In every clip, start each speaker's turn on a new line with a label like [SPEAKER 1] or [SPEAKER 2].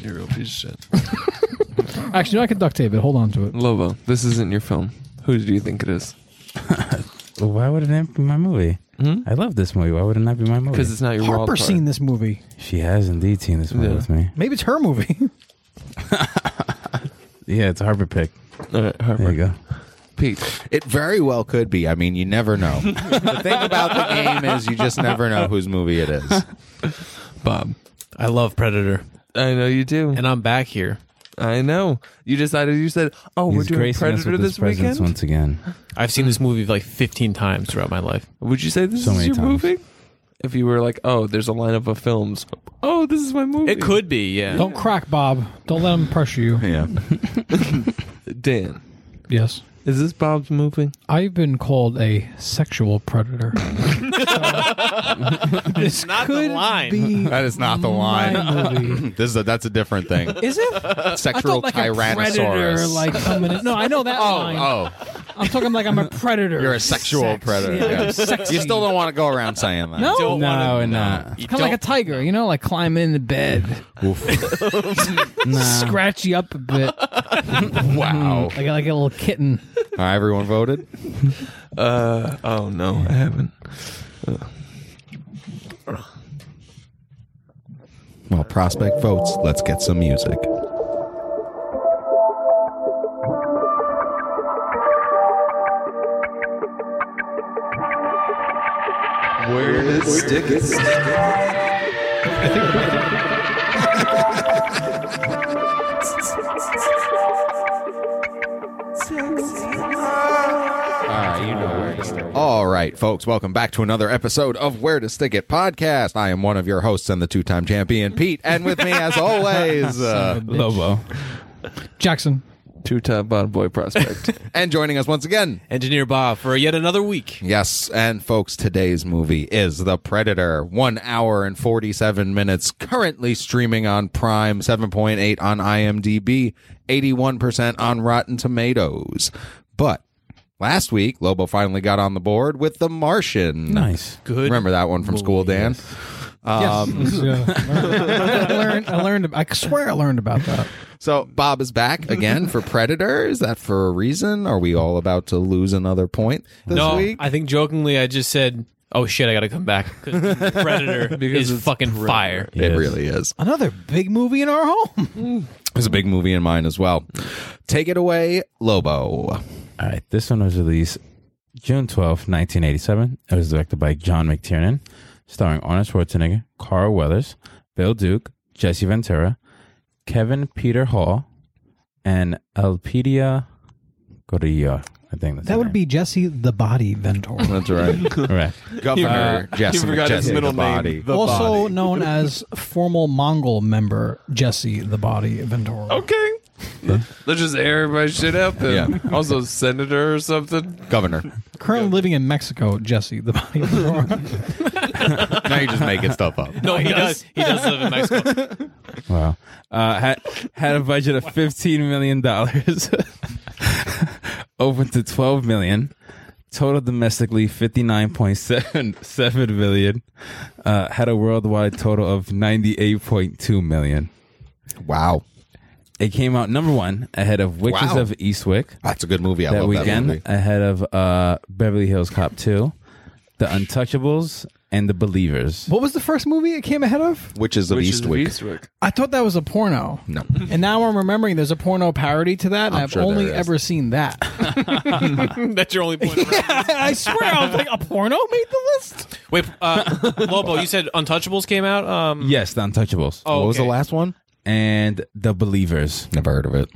[SPEAKER 1] You're a real piece of shit.
[SPEAKER 2] Actually, no, I could duct tape it. Hold on to it.
[SPEAKER 1] Lobo, this isn't your film. Who do you think it is?
[SPEAKER 3] Why wouldn't it be my movie?
[SPEAKER 1] Hmm?
[SPEAKER 3] I love this movie. Why wouldn't that be my movie?
[SPEAKER 1] Because it's not your raw
[SPEAKER 4] Harper's
[SPEAKER 1] part.
[SPEAKER 4] seen this movie.
[SPEAKER 3] She has indeed seen this movie
[SPEAKER 1] Yeah.
[SPEAKER 3] with me.
[SPEAKER 4] Maybe it's her movie.
[SPEAKER 3] Yeah, it's a Harper pick.
[SPEAKER 1] All right,
[SPEAKER 3] There
[SPEAKER 1] Harper.
[SPEAKER 3] you go.
[SPEAKER 1] Pete.
[SPEAKER 5] It very well could be. I mean, you never know. the thing about the game is you just never know whose movie it is.
[SPEAKER 1] Bob.
[SPEAKER 6] I love Predator,
[SPEAKER 1] I know you do.
[SPEAKER 6] and I'm back here.
[SPEAKER 1] I know. You decided you said, "Oh, we're
[SPEAKER 3] He's
[SPEAKER 1] doing
[SPEAKER 3] gracing us
[SPEAKER 1] Predator
[SPEAKER 3] with his
[SPEAKER 1] this weekend."
[SPEAKER 3] presence once again.
[SPEAKER 6] I've seen this movie like 15 times throughout my life.
[SPEAKER 1] Would you say this
[SPEAKER 3] So
[SPEAKER 1] is
[SPEAKER 3] many
[SPEAKER 1] your
[SPEAKER 3] times.
[SPEAKER 1] movie? If you were like, "Oh, there's a lineup of films. Oh, this is my movie."
[SPEAKER 6] It could be, yeah.
[SPEAKER 2] Don't crack, Bob. Don't let him pressure you.
[SPEAKER 5] Yeah.
[SPEAKER 1] Dan,
[SPEAKER 2] Yes.
[SPEAKER 1] is this Bob's movie?
[SPEAKER 2] I've been called a sexual predator.
[SPEAKER 6] It's not the line.
[SPEAKER 5] That is not the line.
[SPEAKER 2] My movie.
[SPEAKER 5] This is a, that's a different thing.
[SPEAKER 2] Is it?
[SPEAKER 5] Sexual tyrannosaurus.
[SPEAKER 2] predator, like coming in. No, I know that
[SPEAKER 5] oh,
[SPEAKER 2] line.
[SPEAKER 5] oh,
[SPEAKER 2] I'm talking like I'm a predator.
[SPEAKER 5] you're a sexual
[SPEAKER 2] Sex.
[SPEAKER 5] predator.
[SPEAKER 2] Yeah,
[SPEAKER 5] Yeah.
[SPEAKER 2] I'm sexy.
[SPEAKER 5] You still don't want to go around saying that.
[SPEAKER 2] No.
[SPEAKER 6] Don't
[SPEAKER 1] Oh,
[SPEAKER 3] Oh, No,
[SPEAKER 6] wanna,
[SPEAKER 3] and not.
[SPEAKER 6] You
[SPEAKER 2] Kind of like a
[SPEAKER 6] don't-
[SPEAKER 2] tiger, you know, like climbing in the bed, scratch you up a bit,
[SPEAKER 5] Wow.
[SPEAKER 2] like like a little kitten.
[SPEAKER 5] All right, everyone voted.
[SPEAKER 1] Uh, oh no, I haven't.
[SPEAKER 5] Well, prospect votes. Let's get some music. All right, folks, welcome back to another episode of Where to Stick It podcast. I am one of your hosts and the two time champion, Pete, and with me, as always, uh,
[SPEAKER 3] Lobo.
[SPEAKER 2] Jackson,
[SPEAKER 1] Two top bottom boy prospect.
[SPEAKER 5] and joining us once again.
[SPEAKER 6] Engineer Bob for yet another week.
[SPEAKER 5] Yes, and folks, today's movie is The Predator, one hour and 47 minutes, currently streaming on Prime, 7.8 on IMDb, 81% on Rotten Tomatoes. But last week, Lobo finally got on the board with The Martian.
[SPEAKER 3] Nice.
[SPEAKER 6] Good.
[SPEAKER 5] Remember that one from school, Dan?
[SPEAKER 2] yes, I learned. I learned. I swear, I learned about that.
[SPEAKER 5] So Bob is back again for Predator. Is that for a reason? Are we all about to lose another point this
[SPEAKER 6] no,
[SPEAKER 5] week?
[SPEAKER 6] I think jokingly I just said, "Oh shit, I got to come back because Predator
[SPEAKER 1] Because
[SPEAKER 6] is
[SPEAKER 1] it's
[SPEAKER 6] fucking fire."
[SPEAKER 5] it really is.
[SPEAKER 4] Another big movie in our home.
[SPEAKER 5] It's a big movie in mine as well. Take it away, Lobo.
[SPEAKER 3] All right. This one was released June twelfth, 1987. It was directed by John McTiernan, starring Arnold Schwarzenegger, Carl Weathers, Bill Duke, Jesse Ventura, Kevin Peter Hall, and Elpidia Gordillo. I think that's
[SPEAKER 4] That
[SPEAKER 3] her
[SPEAKER 4] would
[SPEAKER 3] name.
[SPEAKER 4] be Jesse the Body Ventura,
[SPEAKER 5] That's right.
[SPEAKER 3] Correct.
[SPEAKER 5] Governor Jesse.
[SPEAKER 1] he forgot his
[SPEAKER 5] Jesse
[SPEAKER 1] middle
[SPEAKER 5] the
[SPEAKER 1] name.
[SPEAKER 5] Body.
[SPEAKER 1] The
[SPEAKER 2] also
[SPEAKER 1] Body.
[SPEAKER 2] known as formal Mongol member Jesse the Body Ventura.
[SPEAKER 1] okay. Let's just air my shit out then.
[SPEAKER 5] Yeah.
[SPEAKER 1] Also, senator or something.
[SPEAKER 5] Governor.
[SPEAKER 2] Currently living in Mexico, Jesse the Body Ventura.
[SPEAKER 5] Now you're just making stuff up.
[SPEAKER 6] No, he does. He does live in Mexico.
[SPEAKER 3] Wow. Uh, had had a budget of fifteen million dollars. Open to twelve million. Total domestically fifty nine point seven seven million. Uh, had a worldwide total of ninety eight point two million.
[SPEAKER 5] Wow.
[SPEAKER 3] It came out number one ahead of Witches
[SPEAKER 5] Wow.
[SPEAKER 3] of Eastwick
[SPEAKER 5] That's a good movie. I
[SPEAKER 3] that
[SPEAKER 5] love
[SPEAKER 3] weekend,
[SPEAKER 5] that movie.
[SPEAKER 3] ahead of uh, Beverly Hills Cop two, The Untouchables, and The Believers.
[SPEAKER 2] what was the first movie it came ahead of?
[SPEAKER 5] Witches of
[SPEAKER 1] Which is
[SPEAKER 5] Eastwick.
[SPEAKER 1] Eastwick.
[SPEAKER 2] I thought that was a porno.
[SPEAKER 5] No.
[SPEAKER 2] And now I'm remembering there's a porno parody to that, and i
[SPEAKER 5] Hmm. I'm
[SPEAKER 2] have
[SPEAKER 5] sure
[SPEAKER 2] only
[SPEAKER 5] there is.
[SPEAKER 2] ever seen that.
[SPEAKER 6] That's your only point. of reference.
[SPEAKER 2] I swear, I was like, a porno made the list?
[SPEAKER 6] Wait, uh, Lobo, you said Untouchables came out. Um,
[SPEAKER 3] Yes, The Untouchables
[SPEAKER 6] oh,
[SPEAKER 5] What was the
[SPEAKER 6] okay.
[SPEAKER 5] last one?
[SPEAKER 3] and The Believers.
[SPEAKER 5] Never heard of it.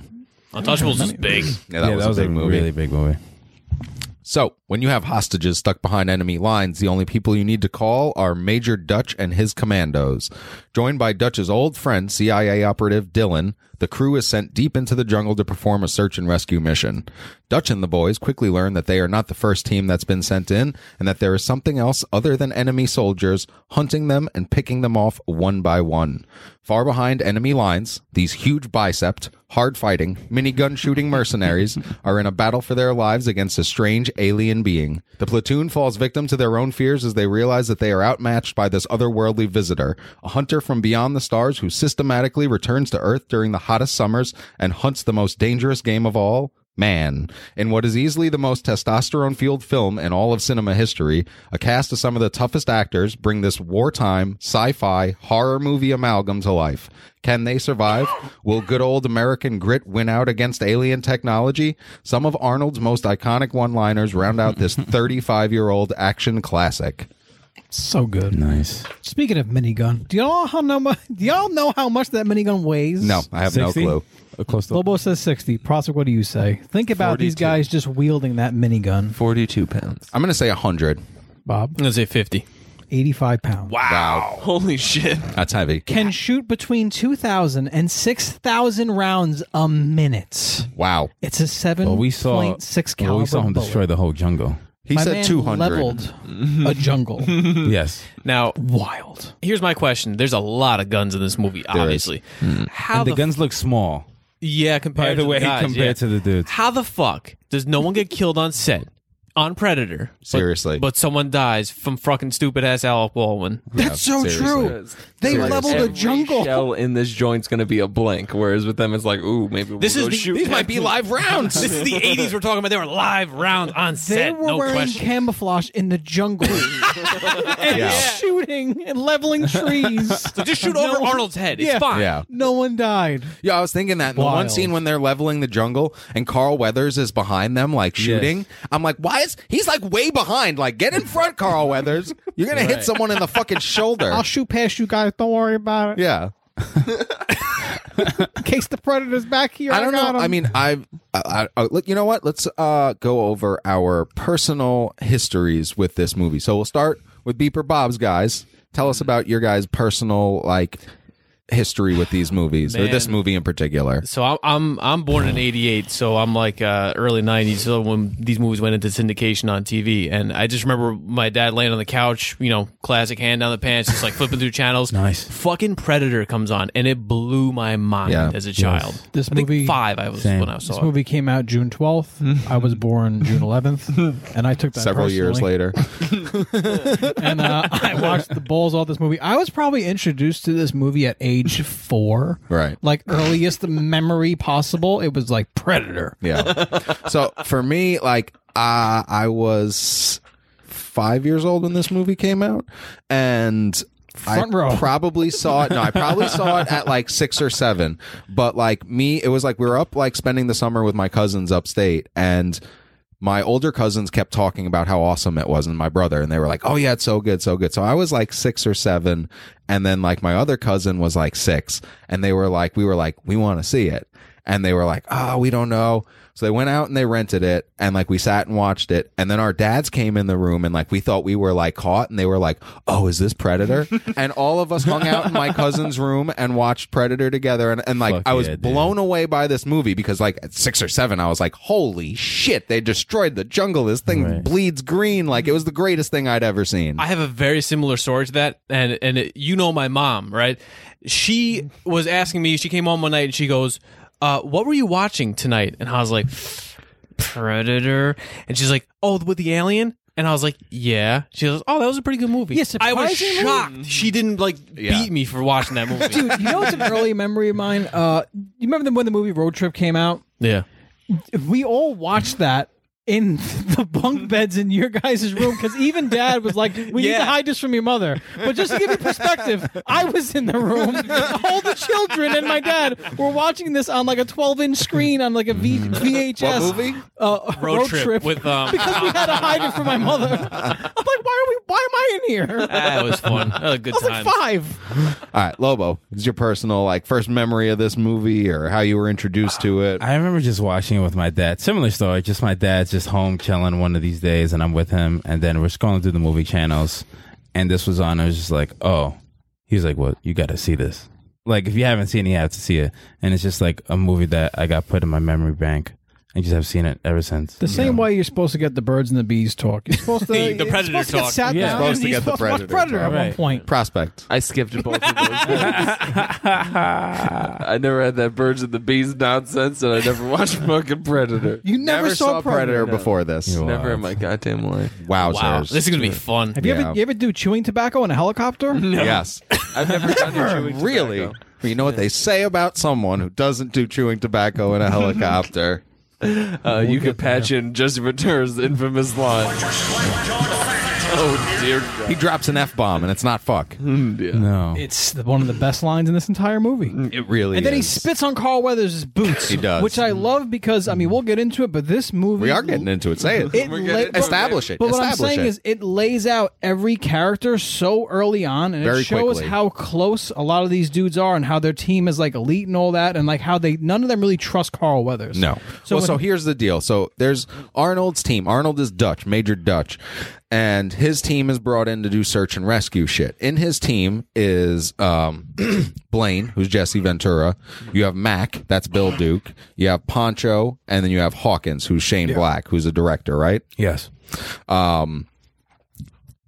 [SPEAKER 6] Untouchables is big.
[SPEAKER 5] Yeah, that, was, a big movie.
[SPEAKER 3] really big movie.
[SPEAKER 5] So, when you have hostages stuck behind enemy lines, the only people you need to call are Major Dutch and his commandos. Joined by Dutch's old friend, CIA operative Dylan, the crew is sent deep into the jungle to perform a search and rescue mission. Dutch and the boys quickly learn that they are not the first team that's been sent in and that there is something else other than enemy soldiers hunting them and picking them off one by one. Far behind enemy lines, these huge biceps, hard fighting, minigun shooting mercenaries are in a battle for their lives against a strange alien in being. The platoon falls victim to their own fears as they realize that they are outmatched by this otherworldly visitor, a hunter from beyond the stars who systematically returns to Earth during the hottest summers and hunts the most dangerous game of all. Man, in what is easily the most testosterone fueled film in all of cinema history, a cast of some of the toughest actors bring this wartime, sci fi, horror movie amalgam to life. Can they survive? Will good old American grit win out against alien technology? Some of Arnold's most iconic one liners round out this 35 year old action classic.
[SPEAKER 2] So
[SPEAKER 5] Hmm.
[SPEAKER 2] good.
[SPEAKER 3] Nice.
[SPEAKER 2] Speaking of minigun, do y'all how no much? Do y'all know how much that minigun weighs?
[SPEAKER 5] No, I have no
[SPEAKER 3] 60?
[SPEAKER 5] clue.
[SPEAKER 3] Uh, Close to
[SPEAKER 2] Lobo says sixty. Prosser, what do you say? Think about these
[SPEAKER 1] 42.
[SPEAKER 2] guys just wielding that minigun.
[SPEAKER 1] 42 pounds.
[SPEAKER 5] I'm going to say 100.
[SPEAKER 2] Bob,
[SPEAKER 6] I'm gonna say fifty.
[SPEAKER 2] eighty-five pounds.
[SPEAKER 5] Wow.
[SPEAKER 6] Holy shit!
[SPEAKER 5] That's heavy.
[SPEAKER 2] Can shoot between 2,000 and 6,000 rounds a minute.
[SPEAKER 5] Wow.
[SPEAKER 2] It's a seven
[SPEAKER 3] Well, we saw
[SPEAKER 2] point six caliber.
[SPEAKER 3] well, we saw him
[SPEAKER 2] bullet.
[SPEAKER 3] destroy the whole jungle.
[SPEAKER 5] He
[SPEAKER 2] My
[SPEAKER 5] said
[SPEAKER 2] man
[SPEAKER 5] 200.
[SPEAKER 2] leveled a jungle.
[SPEAKER 3] Hmm. yes.
[SPEAKER 6] Now,
[SPEAKER 2] Wild.
[SPEAKER 6] here's my question. There's a lot of guns in this movie, obviously. How
[SPEAKER 3] And the,
[SPEAKER 6] the,
[SPEAKER 3] guns look small.
[SPEAKER 6] yeah,
[SPEAKER 3] By
[SPEAKER 6] compared
[SPEAKER 3] the
[SPEAKER 6] to
[SPEAKER 3] way,
[SPEAKER 6] the guys,
[SPEAKER 3] compared
[SPEAKER 6] yeah.
[SPEAKER 3] to the dudes.
[SPEAKER 6] how the fuck does no one get killed on set on Predator? but-
[SPEAKER 5] Seriously.
[SPEAKER 6] but, someone dies from fucking stupid ass Alec Baldwin.
[SPEAKER 2] That's so true. They
[SPEAKER 5] Seriously.
[SPEAKER 2] leveled a
[SPEAKER 5] Every
[SPEAKER 2] jungle.
[SPEAKER 1] shell in this joint's going to be a blank, whereas with them it's like, ooh, maybe we'll
[SPEAKER 6] This is
[SPEAKER 1] go
[SPEAKER 6] the-
[SPEAKER 1] shoot.
[SPEAKER 6] these might
[SPEAKER 5] Be live rounds.
[SPEAKER 6] this is the 80s we're talking about. They were live round on
[SPEAKER 2] They
[SPEAKER 6] set.
[SPEAKER 2] were
[SPEAKER 6] No
[SPEAKER 2] wearing
[SPEAKER 6] question.
[SPEAKER 2] camouflage in the jungle and shooting and leveling trees.
[SPEAKER 6] So just shoot over Arnold's head. It's
[SPEAKER 2] Yeah.
[SPEAKER 6] fine.
[SPEAKER 5] Yeah.
[SPEAKER 2] no one died.
[SPEAKER 5] Yeah, I was thinking that in the one
[SPEAKER 2] Wild.
[SPEAKER 5] scene when they're leveling the jungle and Carl Weathers is behind them, like shooting. I'm like, why is he's like way behind? Like, get in front, Carl Weathers. You're gonna hit someone in the fucking shoulder.
[SPEAKER 2] I'll shoot past you guys. Don't worry about it.
[SPEAKER 5] yeah,
[SPEAKER 2] In case the predator's back here, I,
[SPEAKER 5] I don't know.
[SPEAKER 2] got him.
[SPEAKER 5] I mean, I've I, I, I- look. You know what? Let's uh, go over our personal histories with this movie. So we'll start with Beeper Bob's guys. Tell us about your guys' personal like history with these movies or this
[SPEAKER 6] Man.
[SPEAKER 5] movie in particular.
[SPEAKER 6] So I'm I'm I'm born in '88, so I'm like uh, early '90s so when these movies went into syndication on TV, and I just remember my dad laying on the couch, you know, classic hand down the pants, just like flipping through channels.
[SPEAKER 3] Nice.
[SPEAKER 6] Fucking Predator comes on, and it blew my mind
[SPEAKER 5] Yeah.
[SPEAKER 6] as a child.
[SPEAKER 2] This
[SPEAKER 6] I think
[SPEAKER 2] movie-
[SPEAKER 6] five, I was
[SPEAKER 3] Same.
[SPEAKER 6] when I saw
[SPEAKER 2] This
[SPEAKER 6] it.
[SPEAKER 2] movie came out June 12th. I was born June 11th, and I took that
[SPEAKER 5] Several years
[SPEAKER 2] personally.
[SPEAKER 5] later,
[SPEAKER 2] And uh, I watched the Bulls all this movie. I was probably introduced to this movie at age four,
[SPEAKER 5] right?
[SPEAKER 2] like earliest memory possible. It was like Predator.
[SPEAKER 5] Yeah. so for me, like, uh, I was five years old when this movie came out, and
[SPEAKER 2] Front
[SPEAKER 5] I
[SPEAKER 2] row.
[SPEAKER 5] probably saw it. No, I probably saw it at like six or seven. But like me, it was like we were up, like spending the summer with my cousins upstate, and my older cousins kept talking about how awesome it was and my brother and they were like oh yeah it's so good so good so i was like six or seven and then like my other cousin was like six and they were like we were like we want to see it and they were like oh we don't know so they went out and they rented it and like we sat and watched it and then our dads came in the room and like we thought we were like caught and they were like oh is this predator and all of us hung out in my cousin's room and watched predator together and, and like
[SPEAKER 3] Fuck
[SPEAKER 5] i was
[SPEAKER 3] yeah, dude.
[SPEAKER 5] blown blown away by this movie because like at six or seven i was like holy shit they destroyed the jungle this thing
[SPEAKER 3] Right.
[SPEAKER 5] bleeds green like it was the greatest thing i'd ever seen
[SPEAKER 6] I have a very similar story to that, and and it, you know my mom, right? She was asking me. She came home one night and she goes, uh, "What were you watching tonight?" And I was like, "Predator," and she's like, "Oh, with the alien." And I was like, "Yeah." She goes, "Oh, that was a pretty good movie."
[SPEAKER 2] Yeah,
[SPEAKER 6] I was
[SPEAKER 2] surprisingly-
[SPEAKER 6] shocked. She didn't like
[SPEAKER 5] Yeah.
[SPEAKER 6] beat me for watching that movie.
[SPEAKER 2] Dude, you know it's an early memory of mine. Uh, you remember when the movie Road Trip came out?
[SPEAKER 6] yeah,
[SPEAKER 2] we all watched that in the bunk beds in your guys' room because even dad was like, We need
[SPEAKER 6] Yeah.
[SPEAKER 2] to hide this from your mother. But just to give you perspective, I was in the room. All the children and my dad were watching this on like a 12 inch screen on like a v- VHS.
[SPEAKER 5] What movie?
[SPEAKER 2] Uh,
[SPEAKER 6] road, trip, with um.
[SPEAKER 2] because we had to hide it from my mother. I'm like, Why are we? Why am I in here? I
[SPEAKER 6] that was fun. That was a good
[SPEAKER 2] was
[SPEAKER 6] time.
[SPEAKER 2] like five.
[SPEAKER 5] all right lobo is your personal like first memory of this movie or how you were introduced to it
[SPEAKER 3] I remember just watching it with my dad. Similar story, just my dad's just home chilling one of these days, and I'm with him, and then we're scrolling through the movie channels, and this was on. I was just like, oh, he's like, well, you got to see this. Like, if you haven't seen it, you have to see it. And it's just like a movie that I got put in my memory bank I just have seen it ever since.
[SPEAKER 2] The same way you're supposed to get the birds and the bees talk. You're supposed to
[SPEAKER 6] The- the
[SPEAKER 2] you're
[SPEAKER 6] predator
[SPEAKER 2] supposed To get
[SPEAKER 6] talk.
[SPEAKER 2] sat
[SPEAKER 3] Yeah.
[SPEAKER 2] down
[SPEAKER 5] Supposed
[SPEAKER 2] and
[SPEAKER 5] to
[SPEAKER 2] you're
[SPEAKER 5] get the
[SPEAKER 2] supposed watch
[SPEAKER 5] predator
[SPEAKER 2] predator
[SPEAKER 3] talk.
[SPEAKER 2] at one
[SPEAKER 3] Right.
[SPEAKER 2] point.
[SPEAKER 5] Prospect.
[SPEAKER 1] I skipped both of those. I never had that birds and the bees nonsense, and I never watched fucking Predator.
[SPEAKER 2] You never, saw,
[SPEAKER 5] Predator, before this.
[SPEAKER 3] You
[SPEAKER 1] Never in my goddamn life.
[SPEAKER 5] Wowzers.
[SPEAKER 6] Wow, this is gonna be fun.
[SPEAKER 2] Have you
[SPEAKER 5] Yeah.
[SPEAKER 2] ever you ever do chewing tobacco in a helicopter?
[SPEAKER 5] Yes.
[SPEAKER 1] I've never done a chewing tobacco.
[SPEAKER 5] really? Well, you know what they say about someone who doesn't do chewing tobacco in a helicopter?
[SPEAKER 1] Uh, you could patch in Jesse Ventura's infamous line. oh dear God!
[SPEAKER 5] he drops an F bomb and it's not fuck.
[SPEAKER 3] No.
[SPEAKER 2] It's the, one of the best lines in this entire movie.
[SPEAKER 5] It really
[SPEAKER 2] and then he
[SPEAKER 5] is.
[SPEAKER 2] spits on Carl Weathers' boots.
[SPEAKER 5] Mm, He does.
[SPEAKER 2] which I love because I mean we'll get into it, but this movie
[SPEAKER 5] we are getting into it. Say it.
[SPEAKER 2] It
[SPEAKER 1] We're
[SPEAKER 2] la-
[SPEAKER 1] getting into
[SPEAKER 2] but-
[SPEAKER 1] it.
[SPEAKER 5] Establish it.
[SPEAKER 2] But what I'm
[SPEAKER 5] Establish
[SPEAKER 2] saying
[SPEAKER 5] it.
[SPEAKER 2] is, it lays out every character so early on, and
[SPEAKER 5] Very
[SPEAKER 2] it shows
[SPEAKER 5] quickly.
[SPEAKER 2] how close a lot of these dudes are, and how their team is like elite and all that, and like how they none of them really trust Carl Weathers.
[SPEAKER 5] No.
[SPEAKER 2] So
[SPEAKER 5] well,
[SPEAKER 2] when-
[SPEAKER 5] so here's the deal. So there's Arnold's team. Arnold is Dutch, Major Dutch, and his team is brought in to do search and rescue shit. In his team is um, Blaine, who's Jesse Ventura. You have Mac, that's Bill Duke. You have Poncho, and then you have Hawkins, who's Shane Black, who's a director, right?
[SPEAKER 3] yes.